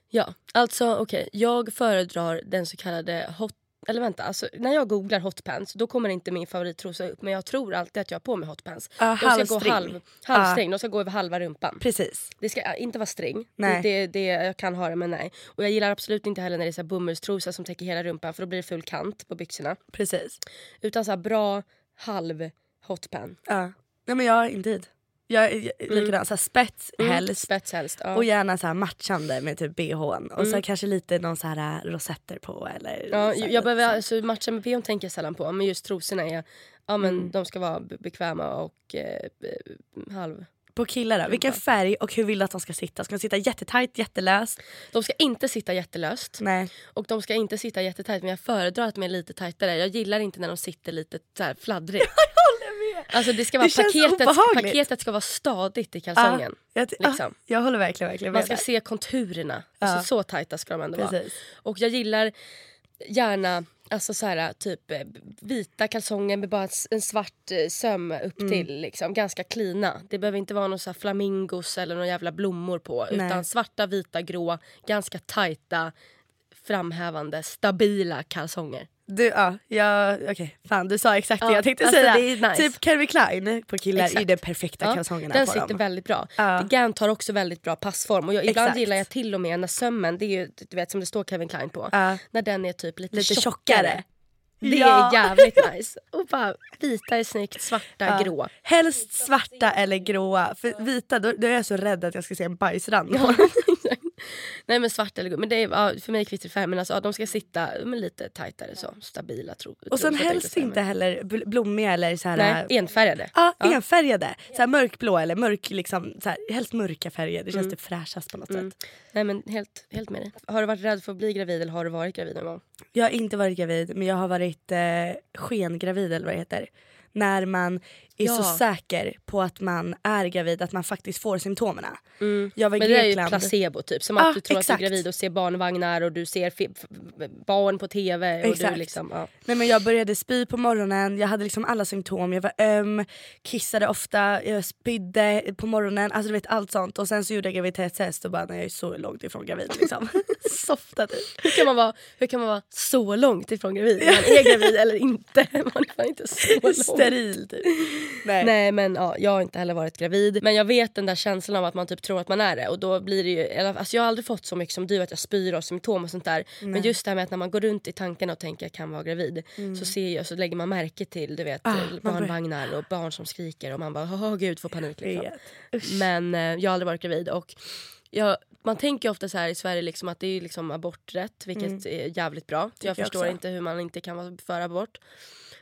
[SPEAKER 2] Ja, alltså okej. Jag föredrar den så kallade hot... Eller vänta, alltså, när jag googlar hotpants då kommer inte min favorittrosa upp men jag tror alltid att jag har på mig hotpants.
[SPEAKER 3] Ja,
[SPEAKER 2] de ska
[SPEAKER 3] halvstring.
[SPEAKER 2] gå halv, halvstring,
[SPEAKER 3] Ah.
[SPEAKER 2] de ska gå över halva rumpan.
[SPEAKER 3] Precis.
[SPEAKER 2] Det ska inte vara string.
[SPEAKER 3] Nej.
[SPEAKER 2] Det, det, det, jag kan ha det men nej. Och jag gillar absolut inte heller när det är så här bomullstrosa som täcker hela rumpan för då blir det full kant på byxorna.
[SPEAKER 3] Precis.
[SPEAKER 2] Utan så här bra halv hotpan.
[SPEAKER 3] Ja. Nej men jag har inte tid. Jag är jag är likadan, så här Mm. spets helst.
[SPEAKER 2] Mm, Spets helst. Ja.
[SPEAKER 3] Och gärna så här matchande med typ bhn. Och så kanske lite någon så här äh, rosetter på eller
[SPEAKER 2] Ja,
[SPEAKER 3] så här,
[SPEAKER 2] jag behöver,
[SPEAKER 3] så.
[SPEAKER 2] alltså, matcha med bhn tänker jag sällan på, men just trosorna är, ja, men
[SPEAKER 3] Mm.
[SPEAKER 2] de ska vara be- bekväma och eh, be- halv...
[SPEAKER 3] På killar då? Vilken färg och hur vill du att de ska sitta? Ska de sitta jättetajt, jättelöst?
[SPEAKER 2] De ska inte sitta jättelöst
[SPEAKER 3] Nej.
[SPEAKER 2] och de ska inte sitta jättetajt men jag föredrar att de är lite tajtare. Jag gillar inte när de sitter lite så här fladdrigt. Alltså det ska vara
[SPEAKER 3] Det känns
[SPEAKER 2] paketet,
[SPEAKER 3] obehagligt.
[SPEAKER 2] paketet ska vara stadigt i kalsongen.
[SPEAKER 3] jag, t- ah,
[SPEAKER 2] liksom.
[SPEAKER 3] jag håller verkligen, verkligen
[SPEAKER 2] Man
[SPEAKER 3] med
[SPEAKER 2] ska
[SPEAKER 3] där.
[SPEAKER 2] se konturerna. Alltså, så tajta ska de ändå vara.
[SPEAKER 3] Precis.
[SPEAKER 2] Och jag gillar gärna alltså så här, typ eh, vita kalsonger med bara s- en svart eh, söm upp
[SPEAKER 3] Mm.
[SPEAKER 2] till. Liksom, ganska klina. Det behöver inte vara någon så här flamingos eller någon jävla blommor på. Utan svarta, vita, grå, ganska tajta framhävande, stabila kalsonger.
[SPEAKER 3] Du, ja, ja okej. Fan du sa exakt det
[SPEAKER 2] Ja,
[SPEAKER 3] jag tänkte
[SPEAKER 2] alltså,
[SPEAKER 3] säga.
[SPEAKER 2] det är nice.
[SPEAKER 3] Typ Calvin Klein på killar är
[SPEAKER 2] Exakt.
[SPEAKER 3] ju den perfekta
[SPEAKER 2] Ja,
[SPEAKER 3] kalsongerna
[SPEAKER 2] den
[SPEAKER 3] på
[SPEAKER 2] sitter
[SPEAKER 3] dem.
[SPEAKER 2] väldigt bra.
[SPEAKER 3] Ja.
[SPEAKER 2] Gant har också väldigt bra passform. Och jag, ibland
[SPEAKER 3] Exakt.
[SPEAKER 2] gillar jag till och med när sömmen, det är ju du vet, som det står Kevin Klein på,
[SPEAKER 3] Ja.
[SPEAKER 2] när den är typ lite,
[SPEAKER 3] Lite
[SPEAKER 2] tjockare.
[SPEAKER 3] tjockare.
[SPEAKER 2] Det
[SPEAKER 3] Ja.
[SPEAKER 2] är jävligt nice. Och bara vita är snyggt, svarta grå.
[SPEAKER 3] Helst svarta eller gråa. För vita, då, då är jag så rädd att jag ska se en bajsrand. Ja.
[SPEAKER 2] Nej men svart eller grå. Men det är, ja, för mig kvittar det färg. Men alltså, ja, de ska sitta men lite tajtare så. Stabila tro,
[SPEAKER 3] Och
[SPEAKER 2] trosor,
[SPEAKER 3] sen
[SPEAKER 2] tänkte jag
[SPEAKER 3] helst
[SPEAKER 2] säga,
[SPEAKER 3] inte
[SPEAKER 2] men-
[SPEAKER 3] heller bl- blommiga eller så här,
[SPEAKER 2] Nej, enfärgade.
[SPEAKER 3] Ja, ah, enfärgade. Så här mörkblå eller mörk, liksom, så här, helst mörka färger. Det känns
[SPEAKER 2] Mm.
[SPEAKER 3] typ fräschast på något sätt.
[SPEAKER 2] Nej men helt, helt med dig. Har du varit rädd för att bli gravid eller har du varit gravid någon gång?
[SPEAKER 3] Jag har inte varit gravid men jag har varit eh, skengravid eller vad det heter. När man är
[SPEAKER 2] Ja.
[SPEAKER 3] så säker på att man är gravid att man faktiskt får symptomerna. Jag var i
[SPEAKER 2] Mm. Men det där är ju
[SPEAKER 3] Grekland.
[SPEAKER 2] placebo typ. Som
[SPEAKER 3] Ja,
[SPEAKER 2] att du tror att du är
[SPEAKER 3] Ah, exakt.
[SPEAKER 2] gravid och ser barnvagnar och du ser fi- f- barn på tv. Och
[SPEAKER 3] Exakt.
[SPEAKER 2] Du liksom, ja.
[SPEAKER 3] Nej, men jag började spy på morgonen, jag hade liksom alla symptom. Jag var öm, kissade ofta, jag spydde på morgonen. Alltså du vet allt sånt. Och sen så gjorde jag graviditetstest och bara nej jag är så långt ifrån gravid liksom. Softa typ.
[SPEAKER 2] hur, kan man vara, hur kan man vara så långt ifrån gravid? Man är gravid eller inte. Man är fan inte så långt.
[SPEAKER 3] Steril typ. Nej.
[SPEAKER 2] Nej men ja, jag har inte heller varit gravid. Men jag vet den där känslan av att man typ tror att man är det. Och då blir det ju, i alla- alltså jag har aldrig fått så mycket som du att jag spyr och symptom och sånt där. Men just det här med att när man går runt i tankarna och tänker jag kan vara gravid.
[SPEAKER 3] Mm.
[SPEAKER 2] Så ser jag, så lägger man märke till du
[SPEAKER 3] Ah,
[SPEAKER 2] vet barnvagnar och barn som skriker och man bara åh gud får panik liksom.
[SPEAKER 3] Vet.
[SPEAKER 2] Men eh, jag har aldrig varit gravid och jag, man tänker ju ofta så här i Sverige liksom att det är ju liksom aborträtt vilket är jävligt bra. jag
[SPEAKER 3] Mm. jag
[SPEAKER 2] förstår
[SPEAKER 3] också.
[SPEAKER 2] inte hur man inte kan vara för abort.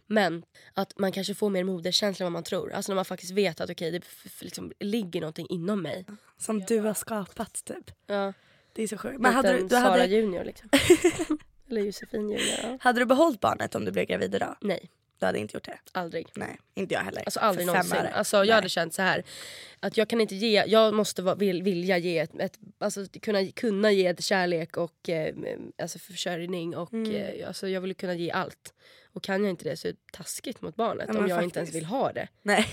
[SPEAKER 2] Men att man kanske får mer moderkänsla än vad man tror. Alltså när man faktiskt vet att okej det f- f- liksom ligger någonting inom mig.
[SPEAKER 3] Som du har skapat typ.
[SPEAKER 2] Ja,
[SPEAKER 3] Det är så sjukt.
[SPEAKER 2] men
[SPEAKER 3] Men hade du, du,
[SPEAKER 2] Typ Sara
[SPEAKER 3] hade,
[SPEAKER 2] Junior liksom. Eller Josefin Junior. Ja.
[SPEAKER 3] hade du behållit barnet om du blev gravid idag?
[SPEAKER 2] Nej,
[SPEAKER 3] Du hade inte gjort det?
[SPEAKER 2] aldrig.
[SPEAKER 3] Nej, inte jag heller.
[SPEAKER 2] Alltså aldrig
[SPEAKER 3] För fem
[SPEAKER 2] någonsin.
[SPEAKER 3] öre.
[SPEAKER 2] Alltså, jag hade känt så här att jag kan inte ge, jag måste va, vil, vilja ge ett, ett alltså kunna, kunna ge ett kärlek och eh, alltså försörjning och
[SPEAKER 3] Mm.
[SPEAKER 2] eh, alltså jag vill kunna ge allt. Och kan jag inte det så är det taskigt mot barnet
[SPEAKER 3] Ja,
[SPEAKER 2] om jag
[SPEAKER 3] men
[SPEAKER 2] inte ens
[SPEAKER 3] faktiskt.
[SPEAKER 2] vill ha det.
[SPEAKER 3] Nej.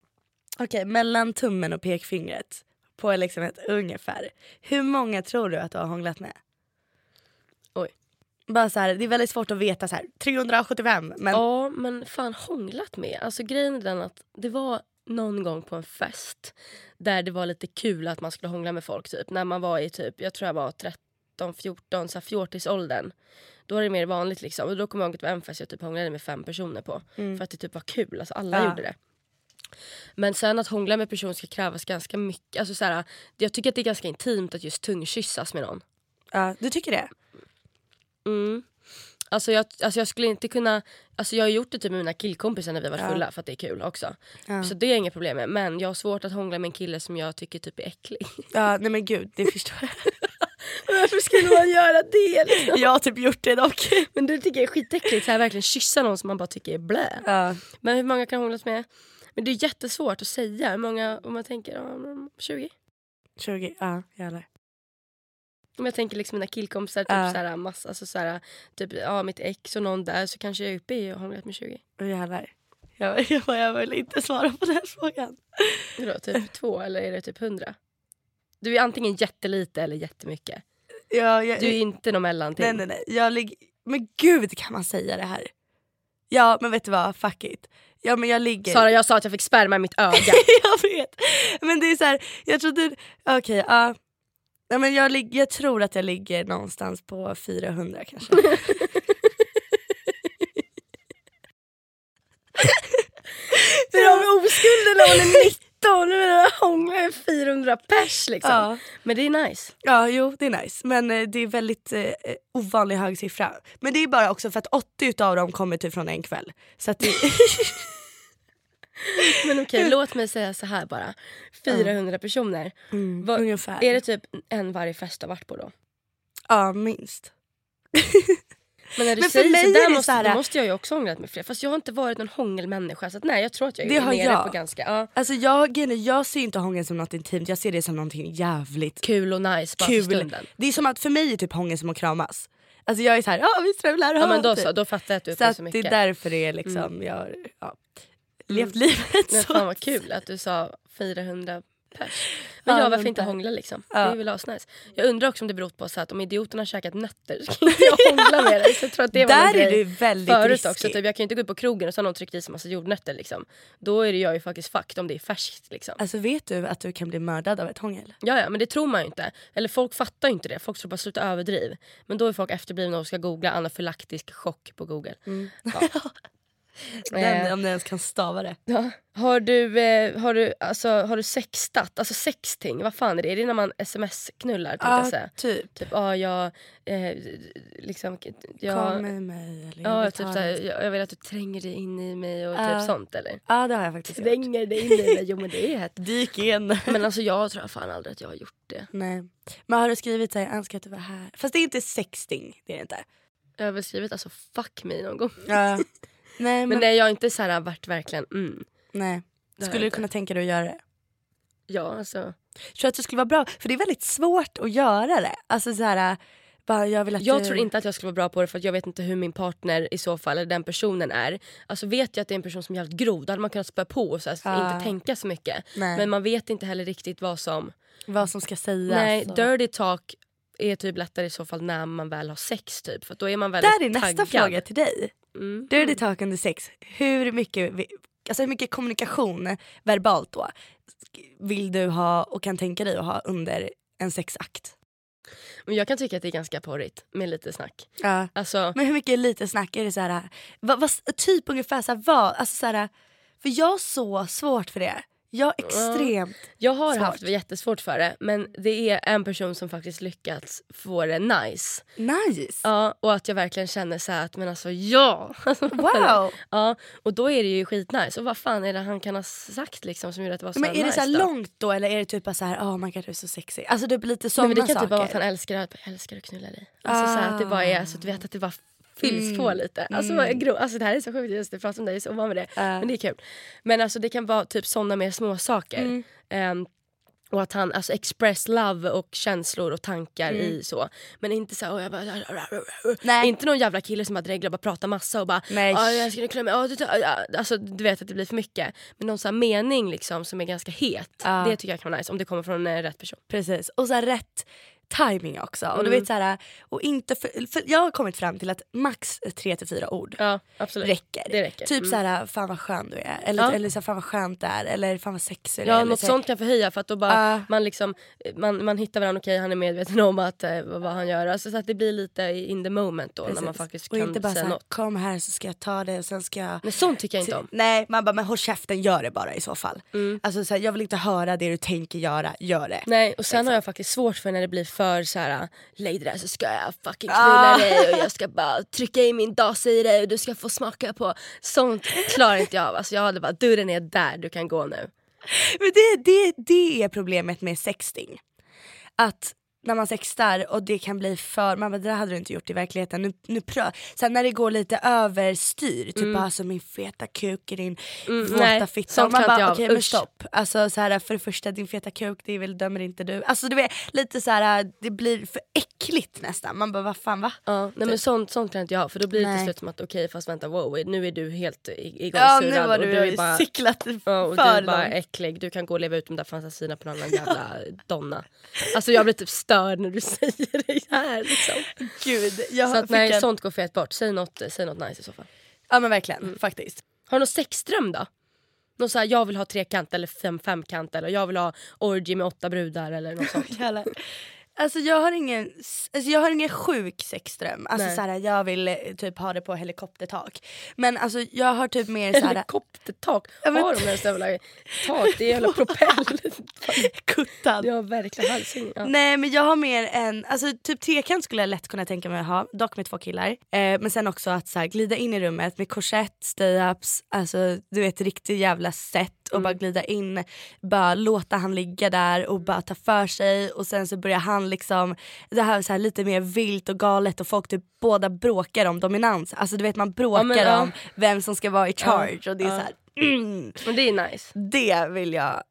[SPEAKER 3] Okej, mellan tummen och pekfingret på liksom ett ungefär. Hur många tror du att du har hånglat med?
[SPEAKER 2] Oj.
[SPEAKER 3] Bara så här, det är väldigt svårt att veta så här, 375 men
[SPEAKER 2] Ja men fan hånglat med. Alltså grejen är den att det var någon gång på en fest där det var lite kul att man skulle hångla med folk typ. När man var i typ, jag tror jag var 13, 14, så här fjortisåldern. Då var det mer vanligt liksom. Och då kommer jag ihåg att det var en fest jag typ hånglade med fem personer på. För att det typ var kul, alltså alla
[SPEAKER 3] Mm. Ja.
[SPEAKER 2] gjorde det. Men sen att hångla med person ska krävas ganska mycket. Alltså så här, jag tycker att det är ganska intimt att just tungkyssas med någon.
[SPEAKER 3] ja, du tycker det?
[SPEAKER 2] Mm. Alltså jag, alltså jag skulle inte kunna, alltså jag har gjort det typ med mina killkompisar när vi var fulla för att det är kul också. Så det är inga problem med. Men jag har svårt att hångla med en kille som jag tycker typ är äcklig.
[SPEAKER 3] Ja, nej men gud, det förstår jag.
[SPEAKER 2] Varför skulle man göra det? liksom?
[SPEAKER 3] jag har typ gjort det dock.
[SPEAKER 2] Men det tycker jag är skitäckligt. Så här, verkligen kyssa någon som man bara tycker är blä.
[SPEAKER 3] Ja.
[SPEAKER 2] Men hur många kan hånglas med? Men det är jättesvårt att säga. Hur många, om jag tänker, ja, men 20?
[SPEAKER 3] 20, ja jävlar.
[SPEAKER 2] Om jag tänker liksom mina killkompisar, typ
[SPEAKER 3] Ja.
[SPEAKER 2] så här, massa, alltså så här, typ, ja, mitt ex och någon där så kanske jag är uppe i och hånglat med 20.
[SPEAKER 3] Oh, jävlar. Jag, jag, bara, jag vill inte svara på den här frågan.
[SPEAKER 2] Vadå, typ två eller är det typ hundra? Du är antingen jättelite eller jättemycket.
[SPEAKER 3] Ja, jag,
[SPEAKER 2] Du är inte någon mellanting.
[SPEAKER 3] nej nej nej, jag ligger... Men gud kan man säga det här? Ja men vet du vad, fuck it. Ja men jag ligger...
[SPEAKER 2] Sara jag sa att jag fick sperma i mitt öga.
[SPEAKER 3] jag vet. Men det är så här, jag trodde... Okej, ja. Ja, men jag, lig- jag tror att jag ligger någonstans på 400 kanske.
[SPEAKER 2] För de är oskulden när hon är 19 nu är det hånglar med 400 pers liksom.
[SPEAKER 3] Ja.
[SPEAKER 2] Men det är nice.
[SPEAKER 3] Ja, jo det är nice. Men eh, det är väldigt eh, ovanlig hög siffra. Men det är bara också för att 80 utav dem kommer typ från en kväll. Så att det...
[SPEAKER 2] Men okej låt mig säga så här bara. 400 personer. Vad-
[SPEAKER 3] ungefär.
[SPEAKER 2] Är det typ en varje fest du har varit på då?
[SPEAKER 3] Ja, minst.
[SPEAKER 2] Men när du
[SPEAKER 3] Men för
[SPEAKER 2] säger
[SPEAKER 3] mig
[SPEAKER 2] sådär
[SPEAKER 3] är det
[SPEAKER 2] måste,
[SPEAKER 3] så här-
[SPEAKER 2] då måste jag ju också ha hånglat med fler. Fast jag har inte varit någon hångelmänniska så att, nej jag tror att jag
[SPEAKER 3] Det
[SPEAKER 2] är
[SPEAKER 3] har
[SPEAKER 2] nere
[SPEAKER 3] jag.
[SPEAKER 2] på ganska... Ja.
[SPEAKER 3] Alltså jag, grejen är, jag ser inte hångel som något intimt, jag ser det som någonting jävligt
[SPEAKER 2] Kul och nice bara för
[SPEAKER 3] kul.
[SPEAKER 2] stunden.
[SPEAKER 3] Det är som att för mig är typ hångel som att kramas. Alltså jag är så här, ja vi strular,
[SPEAKER 2] Ja men då
[SPEAKER 3] typ.
[SPEAKER 2] så, då fattar jag att du är på
[SPEAKER 3] Så att
[SPEAKER 2] så
[SPEAKER 3] det
[SPEAKER 2] mycket. Mm.
[SPEAKER 3] är därför det är liksom, jag har ja, levt livet
[SPEAKER 2] Men
[SPEAKER 3] så.
[SPEAKER 2] fan vad kul att du sa 400 pers. Men
[SPEAKER 3] Ja,
[SPEAKER 2] jag varför
[SPEAKER 3] men
[SPEAKER 2] inte
[SPEAKER 3] där.
[SPEAKER 2] hångla liksom? Det är väl asnice. Jag undrar också om det berott på så att om idioterna har käkat nötter så kan inte jag hångla med dig. Så jag tror att det var
[SPEAKER 3] Där
[SPEAKER 2] någon
[SPEAKER 3] är
[SPEAKER 2] grej
[SPEAKER 3] du väldigt
[SPEAKER 2] Förut
[SPEAKER 3] risky.
[SPEAKER 2] också, typ, jag kan ju inte gå ut på krogen och så har någon tryckt i sig massa jordnötter liksom. Då är det jag ju faktiskt fucked om det är färskt liksom.
[SPEAKER 3] Alltså vet du att du kan bli mördad av ett hångel?
[SPEAKER 2] Ja, ja, men det tror man ju inte. Eller folk fattar ju inte det. Folk tror bara sluta överdriv. Men då är folk efterblivna och ska googla anafylaktisk chock på google. Ja.
[SPEAKER 3] Mm.
[SPEAKER 2] Eh,
[SPEAKER 3] Den, om du ens kan stava det.
[SPEAKER 2] Ja. Har, du, eh, har, du, alltså, har du sextat? Alltså sexting, vad fan är det? Är det när man sms-knullar? tänkte jag säga?
[SPEAKER 3] typ.
[SPEAKER 2] Typ, ja jag... Eh, liksom,
[SPEAKER 3] Kom
[SPEAKER 2] jag
[SPEAKER 3] med mig eller jag
[SPEAKER 2] ja,
[SPEAKER 3] vill
[SPEAKER 2] typ
[SPEAKER 3] ta
[SPEAKER 2] såhär,
[SPEAKER 3] dig.
[SPEAKER 2] jag, jag vill att du tränger dig in i mig och
[SPEAKER 3] Ja.
[SPEAKER 2] typ sånt eller?
[SPEAKER 3] Ja det har jag faktiskt gjort.
[SPEAKER 2] Tränger dig in i mig? Jo men det är hett.
[SPEAKER 3] Dyk igen.
[SPEAKER 2] Men alltså jag tror fan aldrig att jag har gjort det.
[SPEAKER 3] Nej. Men har du skrivit såhär, jag önskar att du var här. Fast det är inte sexting, det är det inte.
[SPEAKER 2] Jag har väl skrivit alltså fuck me någon gång.
[SPEAKER 3] Ja. nej
[SPEAKER 2] Men
[SPEAKER 3] men, nej.
[SPEAKER 2] nej jag har inte såhär varit verkligen mm. har
[SPEAKER 3] Skulle
[SPEAKER 2] jag
[SPEAKER 3] du
[SPEAKER 2] inte.
[SPEAKER 3] kunna tänka dig att göra det?
[SPEAKER 2] Ja alltså.
[SPEAKER 3] Tror du att det skulle vara bra? För det är väldigt svårt att göra det. Alltså såhär, bara jag vill att eh,
[SPEAKER 2] Jag
[SPEAKER 3] du...
[SPEAKER 2] tror inte att jag skulle vara bra på det för att jag vet inte hur min partner i så fall, eller den personen är. Alltså vet jag att det är en person som är jävligt grov, då hade man kunnat spä på och så här, inte tänka så mycket.
[SPEAKER 3] Nej.
[SPEAKER 2] Men man vet inte heller riktigt vad som...
[SPEAKER 3] vad som ska sägas.
[SPEAKER 2] Nej,
[SPEAKER 3] och-
[SPEAKER 2] dirty talk är typ lättare i så fall när man väl har sex typ. För att då är man väldigt
[SPEAKER 3] Där är nästa
[SPEAKER 2] taggad.
[SPEAKER 3] fråga till dig.
[SPEAKER 2] Mm.
[SPEAKER 3] Dirty talk under sex. Hur mycket vi- alltså hur mycket kommunikation verbalt då vill du ha och kan tänka dig att ha under en sexakt?
[SPEAKER 2] Men jag kan tycka att det är ganska porrigt med lite snack.
[SPEAKER 3] Ja.
[SPEAKER 2] Alltså,
[SPEAKER 3] Men hur mycket är lite snack? Är det så här, vad, vad, typ ungefär så här, vad? Alltså så här, för jag har så svårt för det. Jag har extremt...
[SPEAKER 2] jag har
[SPEAKER 3] Svårt.
[SPEAKER 2] haft jättesvårt för det men det är en person som faktiskt lyckats få det nice.
[SPEAKER 3] Nice!
[SPEAKER 2] Ja, och att jag verkligen känner så här att men alltså ja!
[SPEAKER 3] Wow!
[SPEAKER 2] ja, och då är det ju skitnice. Och vad fan är det han kan ha sagt liksom som gjorde att det var så
[SPEAKER 3] Men är
[SPEAKER 2] nice
[SPEAKER 3] det så här
[SPEAKER 2] då?
[SPEAKER 3] långt då eller är det typ bara så här, oh my god du är så sexig? Alltså typ lite
[SPEAKER 2] Nej,
[SPEAKER 3] sådana
[SPEAKER 2] men det kan
[SPEAKER 3] saker.
[SPEAKER 2] typ vara att han älskar att, jag älskar att knulla dig. Alltså, så här, att det bara är så att du vet att det bara fylls på
[SPEAKER 3] Mm.
[SPEAKER 2] lite. Alltså, gro, alltså det här är så sjukt just det, prata om det, jag är så ovan med det. Men det är kul. Men alltså det kan vara typ sådana mer små saker.
[SPEAKER 3] Mm.
[SPEAKER 2] Ehm, och att han alltså express love och känslor och tankar i så. Men inte så här, "Åh, jag bara,
[SPEAKER 3] Mm. Nej.
[SPEAKER 2] Inte någon jävla kille som bara dreglar och bara pratar massa och bara
[SPEAKER 3] Nej.
[SPEAKER 2] "Ja, jag skulle klämma, ja, du, tar- ja." alltså, du vet att det blir för mycket. Men någon så här mening liksom som är ganska het. Det tycker jag kan vara nice om det kommer från eh, rätt person.
[SPEAKER 3] Precis, och så här, rätt timing också. Och du
[SPEAKER 2] Mm.
[SPEAKER 3] vet så här, och inte för, för jag har kommit fram till att max tre till fyra ord
[SPEAKER 2] Ja, absolut.
[SPEAKER 3] räcker.
[SPEAKER 2] Det räcker.
[SPEAKER 3] Typ
[SPEAKER 2] Mm.
[SPEAKER 3] så här, fan vad skön du är. Eller,
[SPEAKER 2] Ja.
[SPEAKER 3] eller så här, fan vad skönt det är. Eller fan vad sexig du är.
[SPEAKER 2] Ja,
[SPEAKER 3] Eller
[SPEAKER 2] något
[SPEAKER 3] så här-
[SPEAKER 2] sånt kan förhöja för att då bara
[SPEAKER 3] liksom. Ah.
[SPEAKER 2] man, liksom, man, man hittar varandra, okej han är medveten om att, eh, vad vad han gör. Alltså, så att det blir lite in the moment då när man
[SPEAKER 3] Precis.
[SPEAKER 2] faktiskt
[SPEAKER 3] och
[SPEAKER 2] kan
[SPEAKER 3] inte bara
[SPEAKER 2] säga
[SPEAKER 3] så här,
[SPEAKER 2] något.
[SPEAKER 3] kom här så ska jag ta det och sen ska jag...
[SPEAKER 2] Men sånt tycker jag inte om. Mm.
[SPEAKER 3] Nej man bara, men håll käften gör det bara i så fall. Alltså så här, jag vill inte höra det du tänker göra, gör det.
[SPEAKER 2] Nej och sen har jag faktiskt svårt för när det blir för så här lägg det där så ska jag fucking
[SPEAKER 3] Ah.
[SPEAKER 2] knulla dig och jag ska bara trycka i min dase i dig och du ska få smaka på sånt klarar inte jag av. Alltså jag hade bara dörren är där, du kan gå nu.
[SPEAKER 3] Men det, det, det är problemet med sexting. Att när man sextar och det kan bli för, man bara, det där hade du inte gjort i verkligheten. Nu, nu prö. Sen när det går lite överstyr, typ bara, alltså min feta kuk i din våta
[SPEAKER 2] Mm. nej,
[SPEAKER 3] fitta.
[SPEAKER 2] sånt
[SPEAKER 3] Och man
[SPEAKER 2] kan inte jag
[SPEAKER 3] bara
[SPEAKER 2] av.
[SPEAKER 3] okej men
[SPEAKER 2] Usch.
[SPEAKER 3] stopp. Alltså så här, för det första din feta kuk det är väl dömer inte du. Alltså du vet lite så här, det blir för äckligt nästan. Man bara vad fan va?
[SPEAKER 2] Ja, nej men sånt, sånt kan inte jag ha för då blir det
[SPEAKER 3] typ. Nej.
[SPEAKER 2] till slut som att okej fast vänta wow nu är du helt i-
[SPEAKER 3] Ja
[SPEAKER 2] igångsurrad
[SPEAKER 3] nu var
[SPEAKER 2] och
[SPEAKER 3] du,
[SPEAKER 2] du är bara
[SPEAKER 3] cyklat
[SPEAKER 2] Ja, och du
[SPEAKER 3] för
[SPEAKER 2] är
[SPEAKER 3] långt.
[SPEAKER 2] bara äcklig, du kan gå och leva ut de där fantasierna på någon annan jävla donna. Alltså jag blir typ störd när du säger det här liksom.
[SPEAKER 3] Gud, jag
[SPEAKER 2] Så att,
[SPEAKER 3] fick
[SPEAKER 2] nej,
[SPEAKER 3] en...
[SPEAKER 2] sånt går fet bort. Säg något, säg något nice i så fall.
[SPEAKER 3] Ja men verkligen,
[SPEAKER 2] Mm.
[SPEAKER 3] faktiskt.
[SPEAKER 2] Har du någon sexdröm då? Någon så här, jag vill ha trekant eller fem, femkant eller jag vill ha orgy med åtta brudar eller något sånt.
[SPEAKER 3] Jävlar. Alltså jag har ingen, alltså jag har ingen sjuk sexdröm. Alltså
[SPEAKER 2] Nej.
[SPEAKER 3] så här, jag vill eh, typ ha det på helikoptertak. Men alltså jag har typ mer så här
[SPEAKER 2] Helikoptertak?
[SPEAKER 3] Ja, men-
[SPEAKER 2] Har de ens jävla tak? Det är jävla propell. Fan,
[SPEAKER 3] kuttad.
[SPEAKER 2] Jag har verkligen halsing. Ja.
[SPEAKER 3] Nej men jag har mer en, alltså typ trekant skulle jag lätt kunna tänka mig att ha, dock med två killar. Eh, men sen också att så här, glida in i rummet med korsett, stay-ups, alltså du vet riktigt jävla set och bara
[SPEAKER 2] Mm.
[SPEAKER 3] glida in, bara låta han ligga där och bara ta för sig och sen så börjar han liksom, det här, så här lite mer vilt och galet och folk typ båda bråkar om dominans, alltså du vet man bråkar
[SPEAKER 2] men, ja.
[SPEAKER 3] om vem som ska vara i charge och det är så här, mm,
[SPEAKER 2] Men det är nice.
[SPEAKER 3] det vill jag,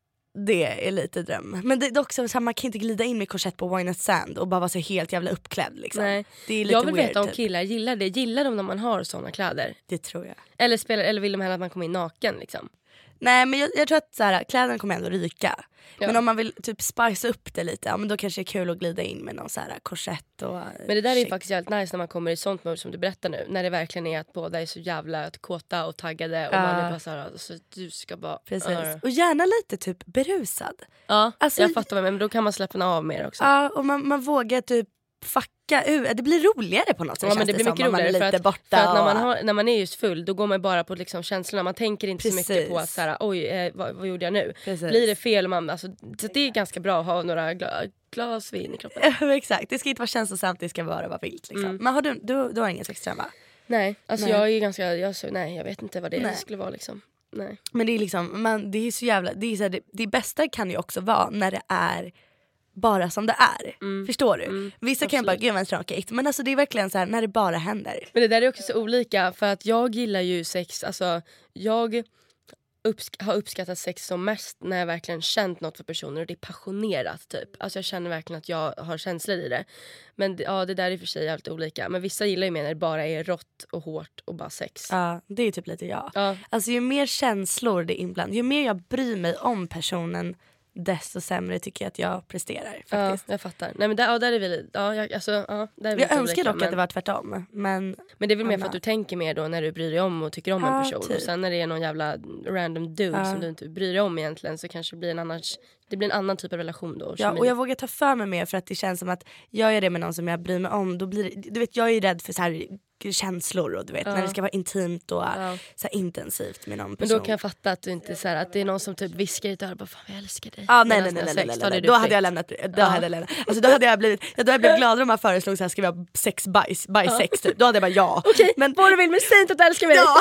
[SPEAKER 3] det är lite dröm. Men det, det är också så här, man kan inte glida in med korsett på wine and sand och bara vara så helt jävla uppklädd. Liksom.
[SPEAKER 2] Nej.
[SPEAKER 3] Det är lite
[SPEAKER 2] Jag vill
[SPEAKER 3] weird,
[SPEAKER 2] veta om
[SPEAKER 3] typ.
[SPEAKER 2] killar gillar det. Gillar de när man har såna kläder?
[SPEAKER 3] Det tror jag.
[SPEAKER 2] Eller, spelar, eller vill de hellre att man kommer in naken? Liksom?
[SPEAKER 3] Nej men jag, jag tror att så här, kläderna kommer ändå ryka. Men om man vill typ spicea upp det lite, ja, men då kanske det är kul att glida in med någon så här korsett och
[SPEAKER 2] Men det där är ju faktiskt jävligt nice när man kommer i sånt mode som du berättar nu. När det verkligen är att båda är så jävla kåta och taggade och man är bara såhär, alltså, du ska bara...
[SPEAKER 3] Precis.
[SPEAKER 2] Ja,
[SPEAKER 3] Och gärna lite typ berusad.
[SPEAKER 2] Ja,
[SPEAKER 3] Alltså-
[SPEAKER 2] jag fattar vad men då kan man slappna av mer också.
[SPEAKER 3] Ja, och man, man vågar typ fucka ur, det blir roligare på något sätt
[SPEAKER 2] Ja, men
[SPEAKER 3] känns
[SPEAKER 2] det blir
[SPEAKER 3] som,
[SPEAKER 2] mycket
[SPEAKER 3] om man är
[SPEAKER 2] roligare för
[SPEAKER 3] lite
[SPEAKER 2] att,
[SPEAKER 3] borta
[SPEAKER 2] för att när, man
[SPEAKER 3] och-
[SPEAKER 2] har, när man är just full då går man bara på liksom känslorna. Man tänker inte så mycket på att
[SPEAKER 3] Precis.
[SPEAKER 2] så här, oj eh, vad, vad gjorde jag nu?
[SPEAKER 3] Precis.
[SPEAKER 2] Blir det fel? Man, alltså, så det är ganska bra att ha några gla, glas vin i kroppen.
[SPEAKER 3] Ja, men Exakt, det ska inte vara känslosamt, det ska bara vara vilt. Liksom. Men har du, du, du har ingen sexdröm va?
[SPEAKER 2] Nej, alltså
[SPEAKER 3] Nej.
[SPEAKER 2] jag är ju ganska, jag, så, nej jag vet inte vad det
[SPEAKER 3] Nej.
[SPEAKER 2] skulle vara liksom. Nej.
[SPEAKER 3] Men det är liksom, man, det är så jävla, det, är så här, det, det bästa kan ju också vara när det är bara som det är. Förstår du? Vissa kan ju bara, gud vad tråkigt. Men alltså det är verkligen så här när det bara händer.
[SPEAKER 2] Men det där är också så olika för att jag gillar ju sex, alltså jag uppsk- har uppskattat sex som mest när jag verkligen känt något för personer och det är passionerat typ. Alltså jag känner verkligen att jag har känslor i det. Men det- ja det där är i och för sig jävligt olika. Men vissa gillar ju mer när det bara är rått och hårt och bara sex.
[SPEAKER 3] Ja, det är typ lite jag.
[SPEAKER 2] Ja.
[SPEAKER 3] Alltså ju mer känslor det är inblandat, ju mer jag bryr mig om personen desto sämre tycker jag att jag presterar.
[SPEAKER 2] Ja,
[SPEAKER 3] faktiskt.
[SPEAKER 2] jag fattar. Nej, men där, ja, där är vi lite... Ja, jag, alltså, ja, där är vi
[SPEAKER 3] Jag
[SPEAKER 2] lite
[SPEAKER 3] önskar
[SPEAKER 2] olika,
[SPEAKER 3] dock att det var tvärtom. Men
[SPEAKER 2] Men det är väl mer för
[SPEAKER 3] Anna.
[SPEAKER 2] att du tänker mer då när du bryr dig om och tycker om en
[SPEAKER 3] Ja,
[SPEAKER 2] person.
[SPEAKER 3] typ.
[SPEAKER 2] Och sen när det är någon jävla random dude som du inte bryr dig om egentligen så kanske det blir en annan, det blir en annan typ av relation då.
[SPEAKER 3] Ja,
[SPEAKER 2] kemi.
[SPEAKER 3] och jag vågar ta för mig mer för att det känns som att gör jag det med någon som jag bryr mig om då blir det, du vet jag är ju rädd för så här känslor och du vet när det ska vara intimt och så här intensivt med någon
[SPEAKER 2] men
[SPEAKER 3] person.
[SPEAKER 2] då kan jag fatta att du inte så här, att det är någon som typ viskar i ditt öra bara fan jag älskar dig.
[SPEAKER 3] Ja, nej,
[SPEAKER 2] Medan
[SPEAKER 3] nej,
[SPEAKER 2] när
[SPEAKER 3] nej, nej,
[SPEAKER 2] sex,
[SPEAKER 3] nej,
[SPEAKER 2] då hade
[SPEAKER 3] nej.
[SPEAKER 2] du
[SPEAKER 3] Då hade
[SPEAKER 2] fake.
[SPEAKER 3] jag lämnat. Då hade jag lämnat. Alltså, då hade jag blivit, ja, då hade jag blivit glad om man föreslog så här, ska vi ha sex bajs, bajssex typ. Då hade jag bara ja. men,
[SPEAKER 2] Vad du vill men säg inte att du älskar mig.
[SPEAKER 3] ja.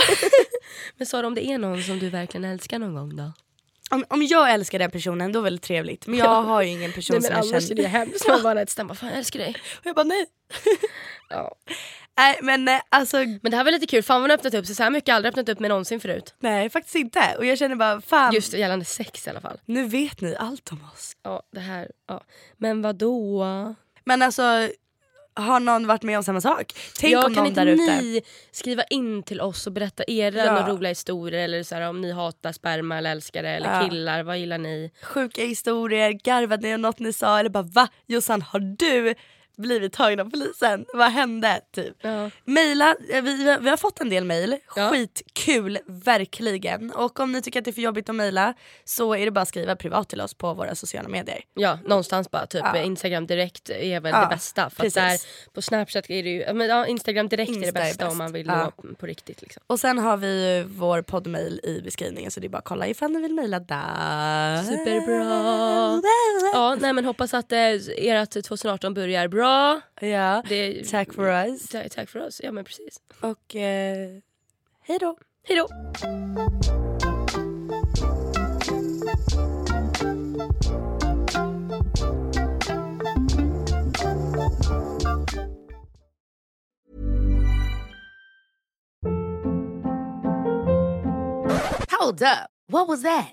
[SPEAKER 2] Men Sara om det är någon som du verkligen älskar någon gång då?
[SPEAKER 3] om, om jag älskar den personen då är det väl trevligt. Men jag har ju ingen person
[SPEAKER 2] Nej men
[SPEAKER 3] som jag
[SPEAKER 2] annars är det
[SPEAKER 3] känner.
[SPEAKER 2] hemskt. Man bara ett stämma, fan jag älskar dig.
[SPEAKER 3] Och jag bara nej.
[SPEAKER 2] Ja.
[SPEAKER 3] Nej men eh, alltså
[SPEAKER 2] Men det här var lite kul, fan vad hon öppnat upp sig. Så här mycket har jag aldrig öppnat upp mig någonsin förut.
[SPEAKER 3] nej faktiskt inte. Och jag känner bara fan
[SPEAKER 2] Just gällande sex i alla fall.
[SPEAKER 3] nu vet ni allt om oss.
[SPEAKER 2] Ja, det här, ja. Men vad då?
[SPEAKER 3] Men alltså, har någon varit med om samma sak? Tänk
[SPEAKER 2] ja, kan
[SPEAKER 3] om någon
[SPEAKER 2] inte
[SPEAKER 3] där ute.
[SPEAKER 2] ni skriva in till oss och berätta era
[SPEAKER 3] Ja.
[SPEAKER 2] några roliga historier eller så här, om ni hatar sperma eller älskar det eller
[SPEAKER 3] Ja.
[SPEAKER 2] killar, vad gillar ni?
[SPEAKER 3] Sjuka historier, garvade ni om något ni sa eller bara va? Jossan har du blivit tagen av polisen? Vad hände? Typ.
[SPEAKER 2] Ja.
[SPEAKER 3] Maila, eh, vi, vi har fått en del mejl, skitkul verkligen. Och om ni tycker att det är för jobbigt att mejla så är det bara att skriva privat till oss på våra sociala medier.
[SPEAKER 2] Ja, någonstans bara typ
[SPEAKER 3] Ja.
[SPEAKER 2] Instagram direkt är väl
[SPEAKER 3] Ja,
[SPEAKER 2] det bästa för att
[SPEAKER 3] precis.
[SPEAKER 2] där på Snapchat är det ju, ja, men, ja, Instagram direkt är det
[SPEAKER 3] Insta är
[SPEAKER 2] bästa
[SPEAKER 3] bäst.
[SPEAKER 2] om man vill
[SPEAKER 3] Ja.
[SPEAKER 2] nå på riktigt liksom.
[SPEAKER 3] Och sen har vi ju vår poddmail i beskrivningen så det är bara att kolla ifall ni vill mejla där.
[SPEAKER 2] Superbra. Ja, nej men hoppas att eh, ert 2018 börjar bra.
[SPEAKER 3] Ja,
[SPEAKER 2] Det-
[SPEAKER 3] tack för oss.
[SPEAKER 2] Ta- Tack för oss, ja men precis.
[SPEAKER 3] Och eh, hej då.
[SPEAKER 2] Hejdå!
[SPEAKER 4] Hold up. What was that?